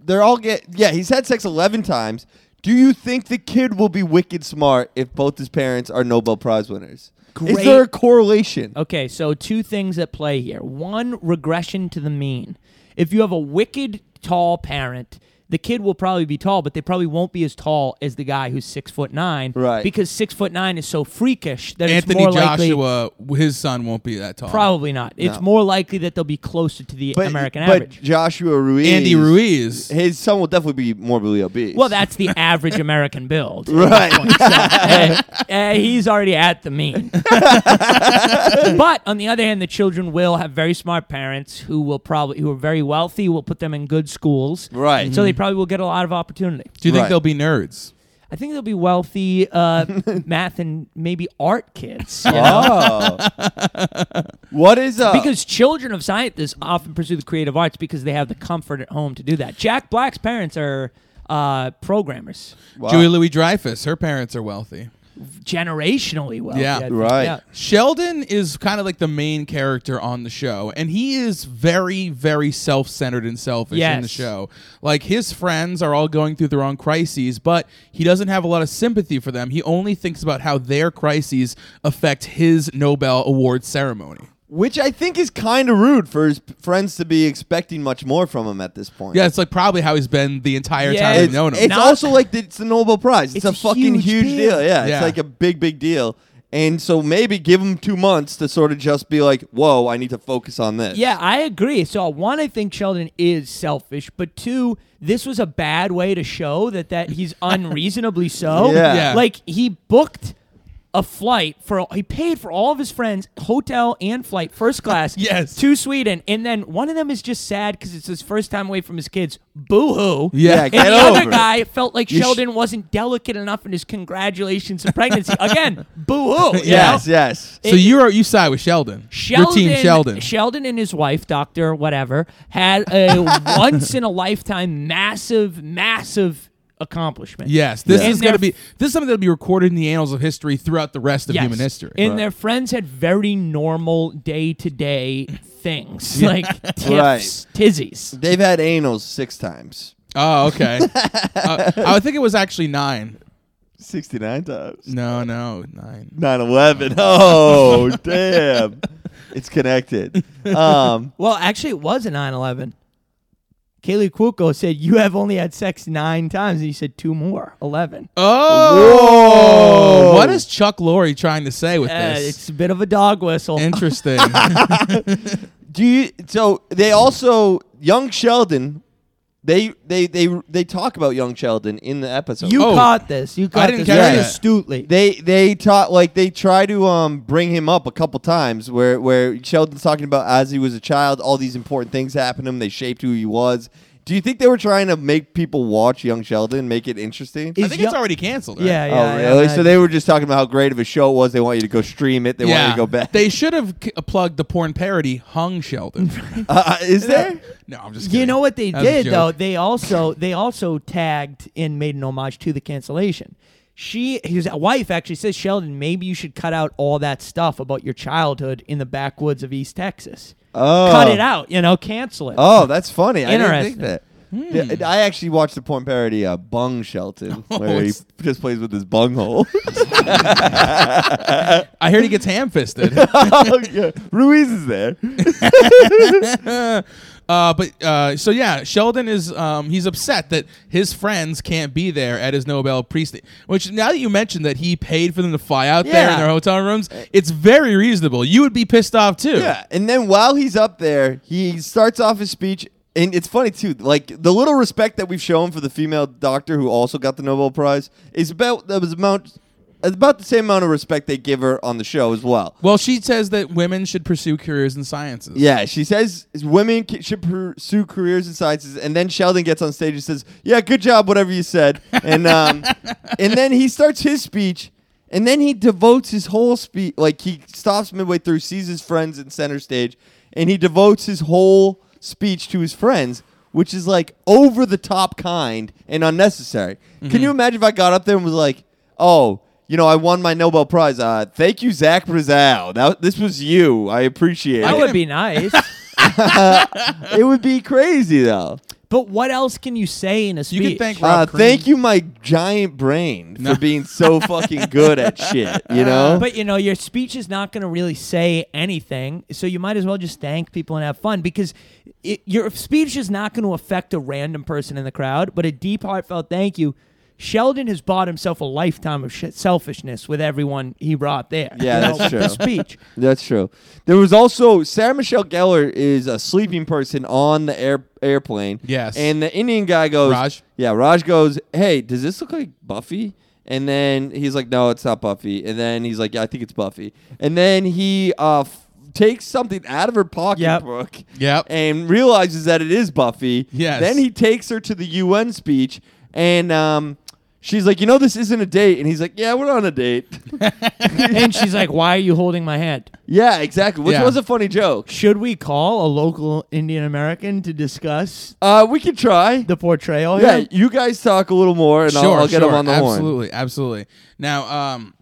C: they're all get yeah. He's had sex eleven times. Do you think the kid will be wicked smart if both his parents are Nobel Prize winners? Is
B: Great.
C: there a correlation?
B: Okay, so two things at play here. One, regression to the mean. If you have a wicked tall parent, the kid will probably be tall, but they probably won't be as tall as the guy who's six foot nine.
C: Right.
B: Because six foot nine is so freakish that it's
A: Anthony
B: more likely.
A: Joshua, his son won't be that tall.
B: Probably not. It's
C: No.
B: more likely that they'll be closer to the
C: But,
B: American
C: but
B: average.
C: Joshua Ruiz,
A: Andy Ruiz.
C: his son will definitely be morbidly obese.
B: Well, that's the average American build.
C: right.
B: Uh, uh, he's already at the mean. but on the other hand, the children will have very smart parents who will probably who are very wealthy will put them in good schools.
C: Right.
B: So they probably will get a lot of opportunity.
A: Do you think
C: Right.
A: they'll be nerds?
B: I think they'll be wealthy uh, math and maybe art kids. you know?
C: oh. what is uh?
B: Because children of scientists often pursue the creative arts because they have the comfort at home to do that. Jack Black's parents are uh, programmers,
C: Wow.
A: Julie Louis Dreyfus, her parents are wealthy.
B: generationally wealthy.
A: Yeah.
B: I think.
C: Right.
B: Yeah.
A: Sheldon is kind of like the main character on the show, and he is very, very self centered and selfish in the
B: Yes.
A: show. Like, his friends are all going through their own crises, but he doesn't have a lot of sympathy for them. He only thinks about how their crises affect his Nobel Award ceremony.
C: which I think is kind of rude for his p- friends to be expecting much more from him at this point.
A: Yeah, it's like probably how he's been the entire
B: Yeah,
A: time
C: it's,
A: we've known him.
C: it's
B: Not-
C: also like the, it's the Nobel Prize. It's,
B: It's
C: a,
B: a
C: fucking
B: huge
C: huge, deal.
B: deal.
C: Yeah,
A: Yeah.
C: it's like a big big deal. And so maybe give him two months to sort of just be like, whoa, I need to focus on this.
B: Yeah, I agree. So one, I think Sheldon is selfish, but two, this was a bad way to show that that he's unreasonably so.
C: Yeah.
A: Yeah.
B: like he booked a flight for he paid for all of his friends hotel and flight first class
A: Yes.
B: to Sweden, and then one of them is just sad because it's his first time away from his kids. Boo hoo.
A: Yeah.
C: Yeah,
A: And
B: And
C: get
B: the
C: over
B: other
C: it.
B: guy felt like
C: You sh-
B: Sheldon wasn't delicate enough in his congratulations of pregnancy. Again, boo hoo.
C: Yes, yes.
A: So you are you side with Sheldon?
B: Sheldon,
A: Your team, Sheldon.
B: and his wife, Doctor Whatever, had a once in a lifetime massive, massive accomplishment.
A: yes, this
B: Yeah.
A: is
B: In
A: going to
B: their-
A: be this is something that'll be recorded in the annals of history throughout the rest of
B: Yes.
A: human history.
B: And their friends had very normal day to day things like tiffs,
C: Right.
B: tizzies.
C: They've had anals six times.
A: oh, okay. Uh, I think it was actually nine.
C: 69 times.
A: No, no, nine.
C: 9 11. Oh, damn. It's connected. Um,
B: Well, actually, it was a 9 11. Kaylee Cuoco said, You have only had sex nine times. And he said, Two more, 11.
A: Oh,
C: Whoa.
A: what is Chuck Lorre trying to say with
B: Uh,
A: this?
B: it's a bit of a dog whistle.
A: Interesting.
C: Do you? So they also young Sheldon. They they they they talk about young Sheldon in the episode.
B: you
A: Oh.
B: caught this. You caught
A: didn't
B: this
A: catch
B: very
A: that.
B: astutely.
C: they they taught like they try to um bring him up a couple times where where Sheldon's talking about as he was a child, all these important things happened to him. They shaped who he was. Do you think they were trying to make people watch Young Sheldon, make it interesting?
A: I
B: Is
A: think
B: yo-
A: it's already canceled. Right?
B: Yeah, yeah.
C: oh,
B: yeah,
C: really?
B: yeah.
C: so they were just talking about how great of a show it was. They want you to go stream it. They want you to go back.
A: They should have c- plugged the porn parody "Hung Sheldon."
C: uh, is there?
A: no, I'm just. Kidding.
B: You know what they
A: That was a
B: did though?
A: joke.
B: They also they also tagged and made an homage to the cancellation. She his wife actually says, Sheldon, maybe you should cut out all that stuff about your childhood in the backwoods of East Texas.
C: Oh.
B: Cut it out, you know, cancel it.
C: Oh, that's funny. I didn't
B: Interesting. Hmm.
C: think that. Yeah, I actually watched the porn parody uh, Bung Shelton,
B: Oh,
C: where he
A: it's-
C: just plays with his bunghole.
A: I heard he gets ham fisted.
C: oh, yeah. Ruiz is there.
A: Uh, but uh, so yeah, Sheldon is um, he's upset that his friends can't be there at his Nobel priest. Which now that you mentioned that he paid for them to fly out there in
B: Yeah.
A: their hotel rooms, it's very reasonable. You would be pissed off too.
C: Yeah. And then while he's up there, he starts off his speech. And it's funny, too. Like, the little respect that we've shown for the female doctor who also got the Nobel Prize is about, that was amount, about the same amount of respect they give her on the show as well.
A: Well, she says that women should pursue careers in sciences.
C: Yeah, she says women ca- should pursue careers in sciences, and then Sheldon gets on stage and says, "Yeah, good job, whatever you said," and um, and then he starts his speech, and then he devotes his whole speech, like he stops midway through, sees his friends in center stage, and he devotes his whole speech to his friends, which is like over the top kind and unnecessary. Can you imagine if I got up there and was like, "Oh"? You know, I won my Nobel Prize. Uh, thank you, Zach Brazow. That this was you. I appreciate it
B: that would be nice.
C: it would be crazy though.
B: but what else can you say in a
A: You
B: speech?
A: can thank
C: Uh,
A: Rob Crean.
C: thank you, my giant brain, for being so fucking good at shit. You know,
B: Uh, But you know, your speech is not going to really say anything, so you might as well just thank people and have fun because it, your speech is not going to affect a random person in the crowd. But a deep, heartfelt thank you. Sheldon has bought himself a lifetime of sh- selfishness with everyone he brought there.
C: Yeah,
B: You know,
C: that's
B: with the
C: true.
B: speech.
C: that's true. There was also Sarah Michelle Gellar is a sleeping person on the air airplane.
A: Yes.
C: and the Indian guy goes,
A: Raj.
C: Yeah, Raj goes, Hey, does this look like Buffy? And then he's like, No, it's not Buffy. And then he's like, Yeah, I think it's Buffy. And then he uh, f- takes something out of her
B: Yep.
C: pocketbook
A: Yep.
C: and realizes that it is Buffy.
A: Yes.
C: Then he takes her to the UN speech and um, she's like, You know, this isn't a date. And he's like, Yeah, we're on a date.
B: and she's like, "Why are you holding my hand?
C: yeah, exactly. Which
A: Yeah.
C: was a funny joke.
B: Should we call a local Indian American to discuss
C: Uh, we could try.
B: the portrayal?"
C: yeah,
B: here?
C: you guys talk a little more and I'll, I'll get him on the
A: absolutely,
C: horn.
A: Absolutely, absolutely. Now, um,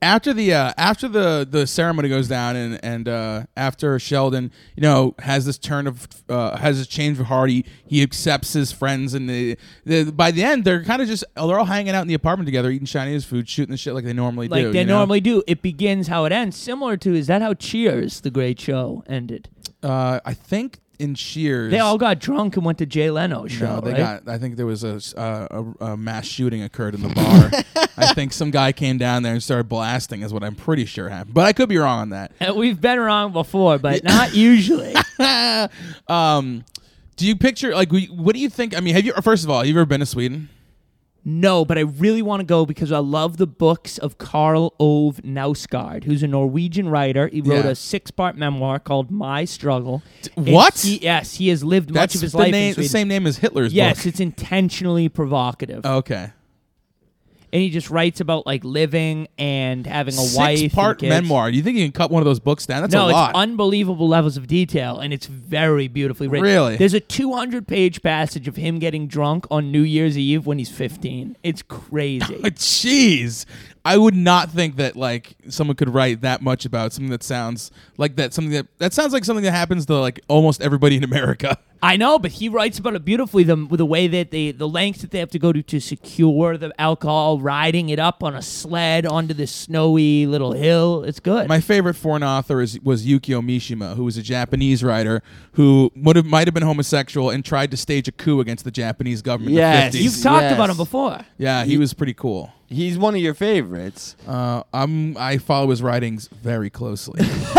A: after the uh, after the the ceremony goes down, and and uh, after Sheldon, you know, has this turn of uh, has this change of heart, he, he accepts his friends, and the, the by the end they're kind of just they're all hanging out in the apartment together, eating Chinese food, shooting the shit like they normally
B: like
A: do.
B: they
A: you know?
B: normally do. It begins how it ends, similar to is that how Cheers, the great show, ended?
A: uh, I think in shears.
B: They all got drunk and went to Jay Leno's show.
A: No, they
B: right?
A: got. I think there was a, s- uh, a, a mass shooting occurred in the bar. I think some guy came down there and started blasting. Is what I'm pretty sure happened. But I could be wrong on that.
B: And we've been wrong before, but not usually.
A: um, do you picture like we- what do you think? I mean, have you uh, first of all, have you ever been to Sweden?
B: No, but I really want to go because I love the books of Carl Ove Nausgaard, who's a Norwegian writer. He wrote
A: Yeah.
B: a six-part memoir called My Struggle. And
A: what?
B: he- yes, he has lived much
A: That's
B: of his
A: the,
B: life
A: name,
B: in
A: the
B: Sweden.
A: same name as Hitler's
B: yes,
A: book. Oh.
B: it's intentionally provocative,
A: Okay.
B: and he just writes about like living and having a wife. and
A: Six part
B: kids.
A: memoir. Do you think you can cut one of those books down? That's a
B: no,
A: lot.
B: it's unbelievable levels of detail, and it's very beautifully written.
A: Really?
B: there's a 200 page passage of him getting drunk on New Year's Eve when he's 15. It's crazy.
A: Jeez, I would not think that like someone could write that much about something that sounds like that. Something that that sounds like something that happens to like almost everybody in America.
B: I know, but he writes about it beautifully. The the way that they the lengths that they have to go to to secure the alcohol, riding it up on a sled onto this snowy little hill. It's good.
A: My favorite foreign author is, was Yukio Mishima, who was a Japanese writer who would have might have been homosexual and tried to stage a coup against the Japanese government.
C: Yes.
A: in the 50s.
B: You've talked
C: Yes.
B: about him before.
A: yeah, he was pretty cool.
C: He's one of your favorites.
A: Uh, I'm I follow his writings very closely.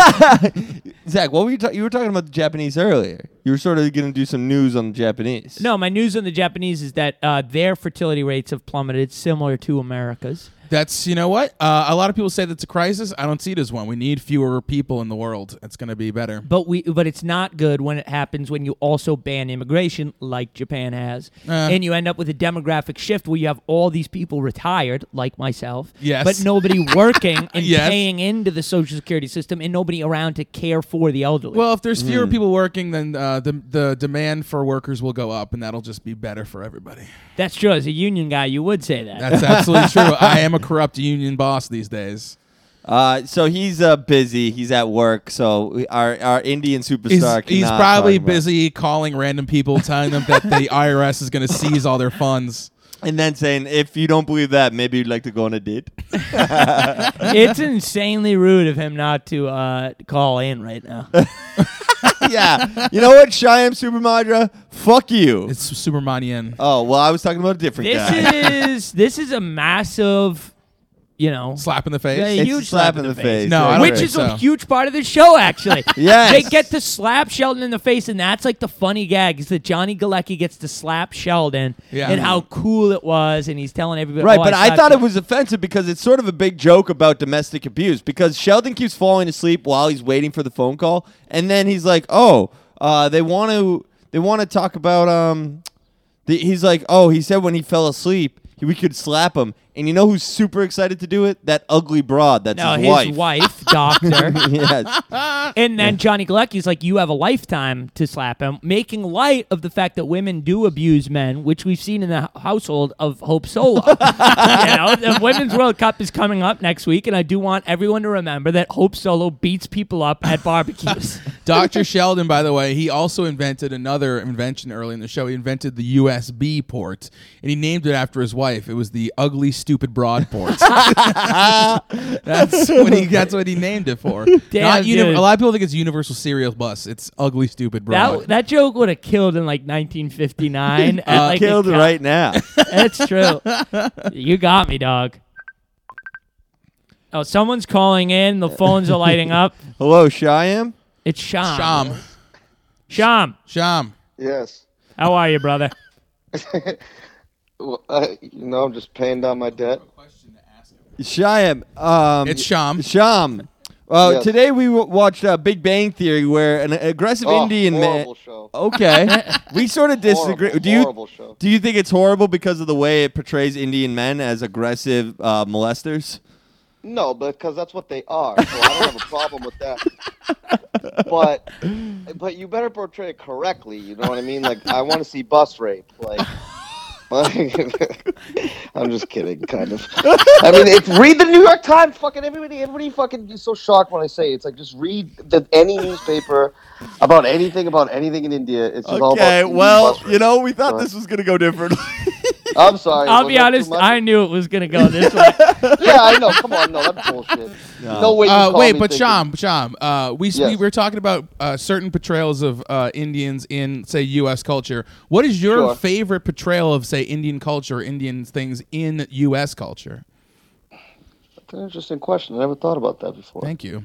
C: Zach, what were you ta- you were talking about the Japanese earlier? You were sort of going to do some news on the Japanese.
B: No, my news on the Japanese is that uh, their fertility rates have plummeted, similar to America's.
A: That's you know what uh, a lot of people say that's a crisis. I don't see it as one. We need fewer people in the world. It's going to be better.
B: But we, but it's not good when it happens when you also ban immigration, like Japan has,
A: Uh.
B: and you end up with a demographic shift where you have all these people retired, like myself,
A: Yes.
B: but nobody working and
A: Yes.
B: paying into the social security system, and nobody around to care for the elderly.
A: Well, if there's
C: Hmm.
A: fewer people working, then uh, the the demand for workers will go up, and that'll just be better for everybody.
B: That's true. As a union guy, you would say that.
A: That's absolutely true. I am a corrupt union boss these days.
C: Uh, so he's uh, busy. He's at work. So we- our our Indian superstar.
A: He's,
C: cannot
A: he's
C: talk
A: probably
C: about-
A: busy calling random people, telling them that the IRS is going to seize all their funds.
C: and then saying, "If you don't believe that, maybe you'd like to go on a date."
B: it's insanely rude of him not to uh, call in right now.
C: yeah. You know what, Shyam Supermadra? Fuck you.
A: It's Supermanian.
C: oh well, I was talking about a different
B: this
C: guy.
B: is this is a massive, you know,
A: Slap in the
B: Yeah,
A: face.
C: it's a
B: huge
C: slap in the face.
A: No, I don't
B: which
A: think
B: is a
A: so.
B: huge part of the show actually.
C: Yes.
B: They get to slap Sheldon in the face and that's like the funny gag is that Johnny Galecki gets to slap Sheldon
A: Yeah.
B: and how cool it was and he's telling everybody
C: Right,
B: "Oh,
C: but I
B: slapped
C: thought
B: you."
C: it was offensive because it's sort of a big joke about domestic abuse because Sheldon keeps falling asleep while he's waiting for the phone call, and then he's like, "Oh, uh, they want to they want to talk about um." The, he's like, "Oh, he said when he fell asleep." he- We could slap him, and you know who's super excited to do it? That ugly broad. That's
B: no,
C: his,
B: his wife, doctor.
C: yes.
B: and then Johnny Galecki's like, You have a lifetime to slap him, making light of the fact that women do abuse men, which we've seen in the h- household of Hope Solo. you know, the Women's World Cup is coming up next week, and I do want everyone to remember that Hope Solo beats people up at barbecues.
A: Dr. Sheldon, by the way, he also invented another invention early in the show. He invented the USB port, and he named it after his wife. It was the ugly, stupid broad port. that's what he. That's what he named it for.
B: Damn,
A: Not uni-
B: dude.
A: a lot of people think it's Universal Serial Bus. It's ugly, stupid broad.
B: That that joke would have killed in like 1959. at, like, a
C: Uh, killed
B: co-
C: right now.
B: That's true. you got me, dog. Oh, someone's calling in. The phones are lighting up.
C: Hello, Shyam.
B: It's Sham.
A: Sham,
B: Sham,
A: Sham.
D: Yes.
B: how are you, brother?
D: Well, I, you know, I'm just paying down my debt.
C: Shyam. Um,
A: It's Sham.
C: Sham. Uh,
D: Yes.
C: Today we w- watched uh, Big Bang Theory, where an aggressive
D: Oh,
C: Indian man.
D: horrible show.
C: Okay, we sort of disagree.
D: Horrible,
C: do you
D: horrible show.
C: do you think it's horrible because of the way it portrays Indian men as aggressive uh, molesters?
D: No, because that's what they are. So I don't have a problem with that. But but you better portray it correctly. You know what I mean? Like I want to see bus rape. Like. I'm just kidding, kind of. I mean, it's read the New York Times. Fucking everybody, everybody, fucking is so shocked when I say it. it's like just read the, any newspaper about anything about anything in India. It's just all about
C: Okay,
D: Indian
C: well,
D: bus rape.
C: you know, we thought
D: Go
C: this was gonna go differently.
D: I'm sorry.
E: I'll
D: was
E: be
D: that too
E: honest.
D: much?
E: I knew it was gonna go this way.
D: yeah, I know. Come on, no, that's bullshit. No, way. You
A: Uh,
D: call
A: wait,
D: me
A: but
D: thinking-
A: Sham, Sham, uh, we,
D: Yes.
A: we were talking about uh, certain portrayals of uh, Indians in, say, U.S. culture. What is your
D: Sure.
A: favorite portrayal of, say, Indian culture, Indian things in U.S. culture?
D: That's an interesting question. I never thought about that before.
A: Thank you.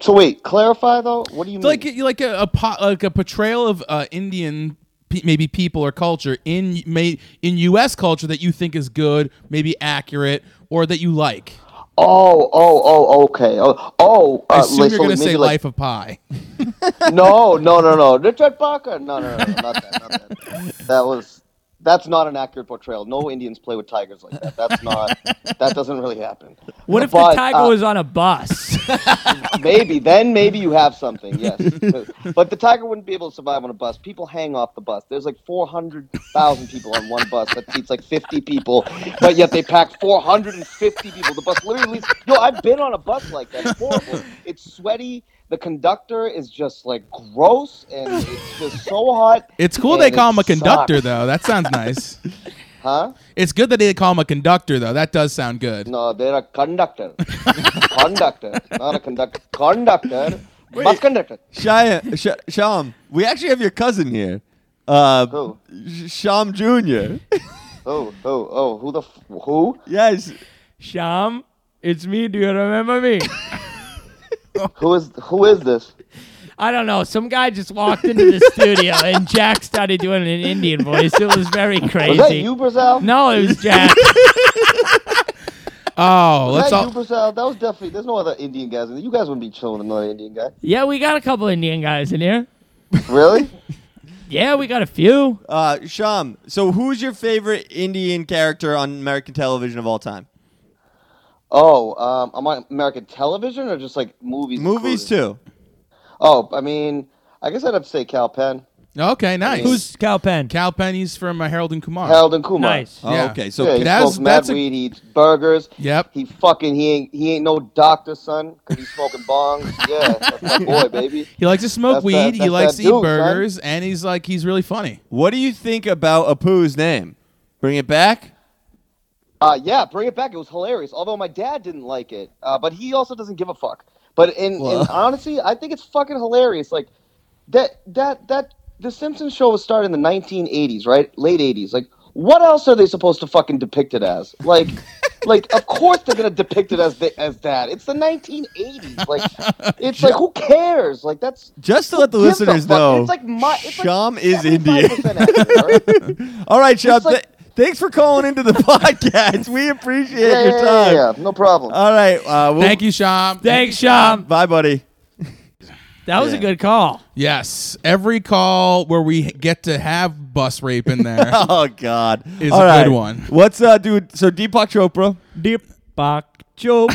D: so wait, clarify though. What do you mean?
A: Like like a, a po- like a portrayal of uh, Indian pe- maybe people or culture in may, in U.S. culture that you think is good, maybe accurate, or that you like.
D: oh, oh, oh, okay. Oh, oh.
A: I
D: uh,
A: assume you're
D: like, so
A: gonna
D: maybe
A: say
D: like,
A: Life of Pi.
D: No, no, no, no. Richard Parker. No, no, no, no not that. Not that. that was. That's not an accurate portrayal. No Indians play with tigers like that. That's not. That doesn't really happen.
E: What if
D: But,
E: the tiger
D: uh,
E: was on a bus?
D: Maybe then, maybe you have something. Yes, but, but the tiger wouldn't be able to survive on a bus. People hang off the bus. There's like four hundred thousand people on one bus that seats like fifty people, but yet they pack four hundred and fifty people. The bus literally. Yo, I've been on a bus like that. It's horrible. It's sweaty. The conductor is just like gross, and it's just so hot.
A: It's cool
D: and
A: they call
D: it
A: him a conductor
D: sucks.
A: though. That sounds nice.
D: huh?
A: it's good that they call him a conductor though. That does sound good.
D: No, they're a conductor. conductor, not a conductor. Conductor, bus conductor.
C: Shia, Sh- Sham, we actually have your cousin here. Uh,
D: Who?
C: Sh- Sham Jr.
D: Oh, oh, oh! Who the f- who?
C: yes.
E: Sham, it's me. Do you remember me?
D: Who is who is this?
E: I don't know. Some guy just walked into the studio and Jack started doing an Indian voice. It was very
D: Was
E: crazy.
D: that you, Brazil?
E: No, it was Jack.
A: Oh,
D: was
A: let's
D: that
A: all
D: you, Brazil? That was definitely. There's no other Indian guys. in there. You guys wouldn't be chilling with another Indian guy,
E: yeah, we got a couple Indian guys in here.
D: really?
E: Yeah, we got a few.
C: Uh, Sham, so who's your favorite Indian character on American television of all time?
D: oh, um, I'm on American television or just like movies.
C: Movies,
D: included?
C: too.
D: Oh, I mean, I guess I'd have to say Cal Penn,
A: okay, nice.
E: Who's Cal Penn?
A: Cal Penny's from uh, Harold and Kumar?
D: Harold and Kumar.
E: Nice.
C: Oh,
A: Yeah.
C: okay. So
D: Yeah, he
A: That's-
D: smokes mad
A: that's a-
D: weed. He eats burgers.
A: Yep.
D: He fucking he ain't he ain't no doctor son because he's smoking bongs. Yeah, that's my boy, baby.
A: He likes to smoke
D: That's
A: weed.
D: that-
A: he
D: that's
A: likes
D: that
A: to eat
D: dude, son.
A: burgers, and he's like he's really funny.
C: what do you think about Apu's name? Bring it back?
D: Uh, yeah, bring it back. It was hilarious. Although my dad didn't like it, uh, but he also doesn't give a fuck. But in, in honestly, I think it's fucking hilarious. Like that that that the Simpsons show was started in the 1980s, right? Late 80s. Like, what else are they supposed to fucking depict it as? Like, like of course they're gonna depict it as the, as that. It's the 1980s. Like, it's like who cares? Like that's
C: Just to let the
D: who gives a
C: listeners
D: fuck?
C: know,
D: It's like my it's like
C: Sham is Indian.
D: 75% accurate, right?
C: All right, Sham,
D: It's like-
C: th- thanks for calling into the podcast. We appreciate
D: yeah,
C: your
D: yeah, yeah,
C: time.
D: yeah, no problem.
C: All right. Uh, we'll-
A: Thank you, Sham.
E: Thanks, Sham.
C: Bye, buddy.
E: That was
C: Yeah.
E: a good call.
A: Yes, every call where we get to have bus rape in there.
C: Oh God,
A: Is
C: All
A: a good
C: right.
A: one.
C: What's uh, dude? So Deepak Chopra.
E: Deep Bak Chop.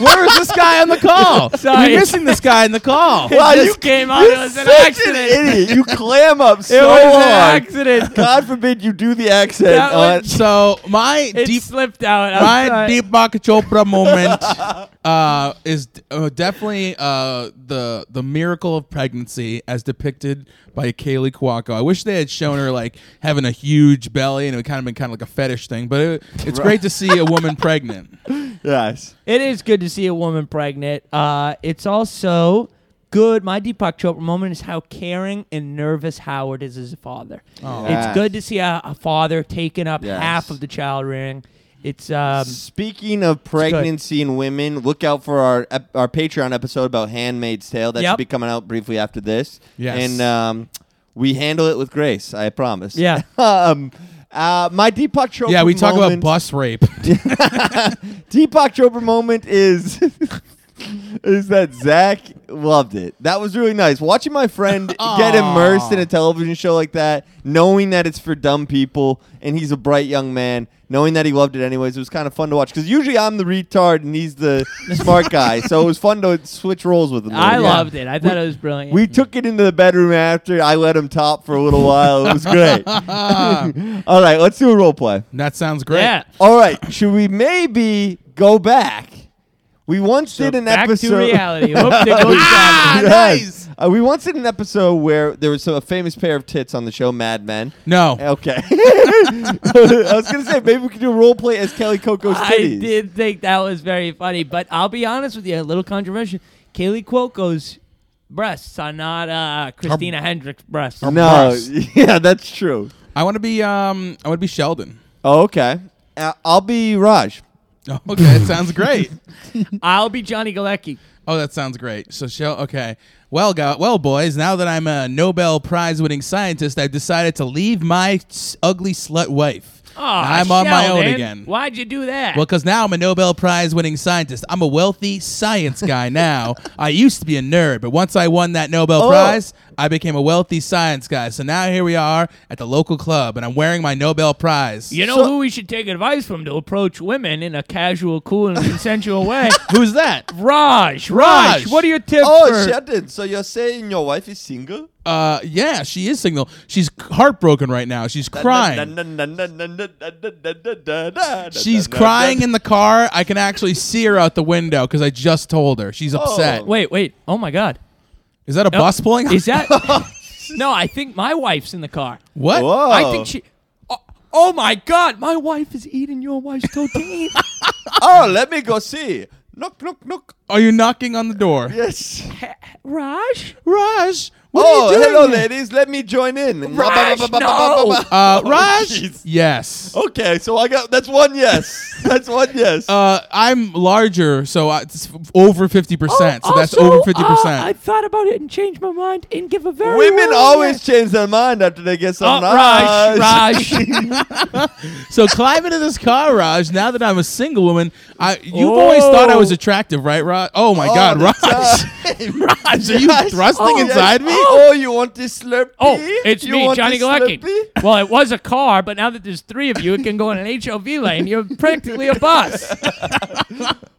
A: Where is this guy on the call?
E: Sorry.
A: You're missing this guy in the call.
C: Wow,
E: just came out.
C: you're
E: It was an
C: such
E: accident.
C: idiot. You clam up so
E: it was an
C: hard.
E: accident.
C: God forbid you do the accent.
E: That
C: on-
E: was-
A: So my
E: It
A: deep
E: slipped out. I'm
A: my
E: sorry.
A: deep Deepak Chopra moment uh, is uh, definitely uh, the the miracle of pregnancy as depicted by Kaylee Cuoco. I wish they had shown her like having a huge belly and it would kind of been kind of like a fetish thing, but it, it's great to see a woman pregnant.
C: Uh, yes.
E: It is good to see a woman pregnant. Uh, it's also good. My Deepak Chopra moment is how caring and nervous Howard is as a father.
C: Oh. Yes.
E: It's good to see a, a father taking up
C: Yes.
E: half of the child rearing. It's um,
C: Speaking of pregnancy and women, look out for our ep- our Patreon episode about Handmaid's Tale. That should
E: Yep.
C: be coming out briefly after this.
A: Yes.
C: And um, we handle it with grace. I promise.
E: Yeah.
C: um, uh, my Deepak Chopra.
A: Yeah, we talk about
C: moment-
A: bus rape.
C: Deepak Chopra moment is is that Zach loved it. That was really nice. Watching my friend get immersed in a television show like that, knowing that it's for dumb people, and he's a bright young man, knowing that he loved it anyways, it was kind of fun to watch. Because usually I'm the retard and he's the smart guy, so it was fun to switch roles with him.
E: I
C: Yeah.
E: loved it. I thought it was brilliant.
C: We took it into the bedroom after. I let him top for a little while. It was great. All right, let's do a role play.
A: that sounds great.
E: yeah.
C: All right, should we maybe go back? We once
E: So
C: did an
E: back
C: episode.
E: to reality. Whoop, there goes John.
A: Ah,
C: Yes.
A: nice.
C: Uh, we once did an episode where there was a famous pair of tits on the show Mad Men.
A: No.
C: Okay. I was gonna say maybe we could do a role play as Kelly Coco's
B: I
C: titties.
B: did think that was very funny, but I'll be honest with you, a little controversial. Kaylee Cuoco's breasts are not uh, Christina Hendricks' breasts.
C: No,
A: Breasts.
C: yeah, that's true.
A: I want to be um I want to be Sheldon.
C: Oh, okay. Uh, I'll be Raj.
A: Oh, okay, that sounds great.
B: I'll be Johnny Galecki.
A: Oh, that sounds great. So Shel okay. Well, go- well, boys, now that I'm a Nobel Prize winning scientist, I've decided to leave my s- ugly slut wife.
B: Oh,
A: I'm on my own
B: Sheldon,
A: again.
B: Why'd you do that?
A: Well, because now I'm a Nobel Prize winning scientist. I'm a wealthy science guy now. I used to be a nerd, but once I won that Nobel
C: Oh.
A: Prize, I became a wealthy science guy. So now here we are at the local club, and I'm wearing my Nobel Prize.
B: you know
C: so-
B: who we should take advice from to approach women in a casual, cool, and consensual way?
A: Who's that?
B: Raj, Raj,
A: Raj.
B: what are your tips
C: Oh,
B: for?
C: Sheldon. So you're saying your wife is single?
A: Uh, yeah, she is single. She's heartbroken right now. She's crying. She's crying in the car. I can actually see her out the window because I just told her. She's upset.
C: Oh.
B: Wait, wait. Oh my God,
A: Is that a bus pulling?
B: is that? no, I think my wife's in the car.
A: what?
C: Whoa.
B: I think she. Oh, oh my God, my wife is eating your wife's tortilla.
C: Oh, let me go see. Knock, knock, knock.
A: Are you knocking on the door?
C: Yes.
B: Raj,
A: Raj, what
C: oh,
A: are you doing?
C: hello,
A: here?
C: ladies. Let me join in.
B: Raj, no.
A: Uh,
C: Oh,
A: Raj,
C: jeez. Oh.
A: yes.
C: Okay, so I got that's one yes. that's one yes.
A: Uh, I'm larger, so I, it's f- over fifty percent. So that's
B: Oh, Also,
A: over fifty
B: uh, I
A: percent.
B: thought about it and changed my mind and give a very
C: Women
B: wrong
C: always
B: answer.
C: change their mind after they get
B: Oh,
C: something. nice.
B: Raj, Raj.
A: So climb into this car, Raj. Now that I'm a single woman, I you've always thought I was
B: Oh.
A: attractive, right, Raj? Oh my
C: Oh,
A: God, Raj!
C: that's right.
A: Raj, are you
C: Yes.
A: thrusting
C: Oh,
A: inside me?
C: Oh, you want this slurpee?
B: Oh, it's
C: You
B: me,
C: want
B: Johnny
C: this
B: Galecki.
C: Slurpee?
B: Well, it was a car, but now that there's three of you, it can go in an HOV lane. You're practically a bus.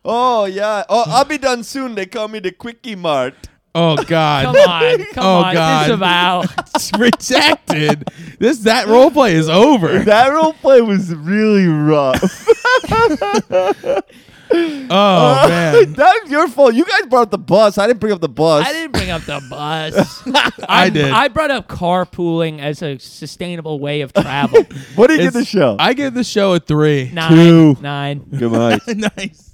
C: Oh yeah. Oh, I'll be done soon. They call me the Quickie Mart.
A: Oh God!
B: Come on, come
A: Oh,
B: on,
A: God.
B: disavow.
A: It's rejected. This that role play is over.
C: That role play was really rough.
A: Oh man,
C: That's your fault. You guys brought up the bus. I didn't bring up the bus.
B: I didn't bring up the bus.
A: I did.
B: I brought up carpooling as a sustainable way of travel.
C: What do you
A: It's-
C: give the show?
A: I give the show a three.
B: Nine,
C: Two.
B: nine.
C: Good night.
A: nice.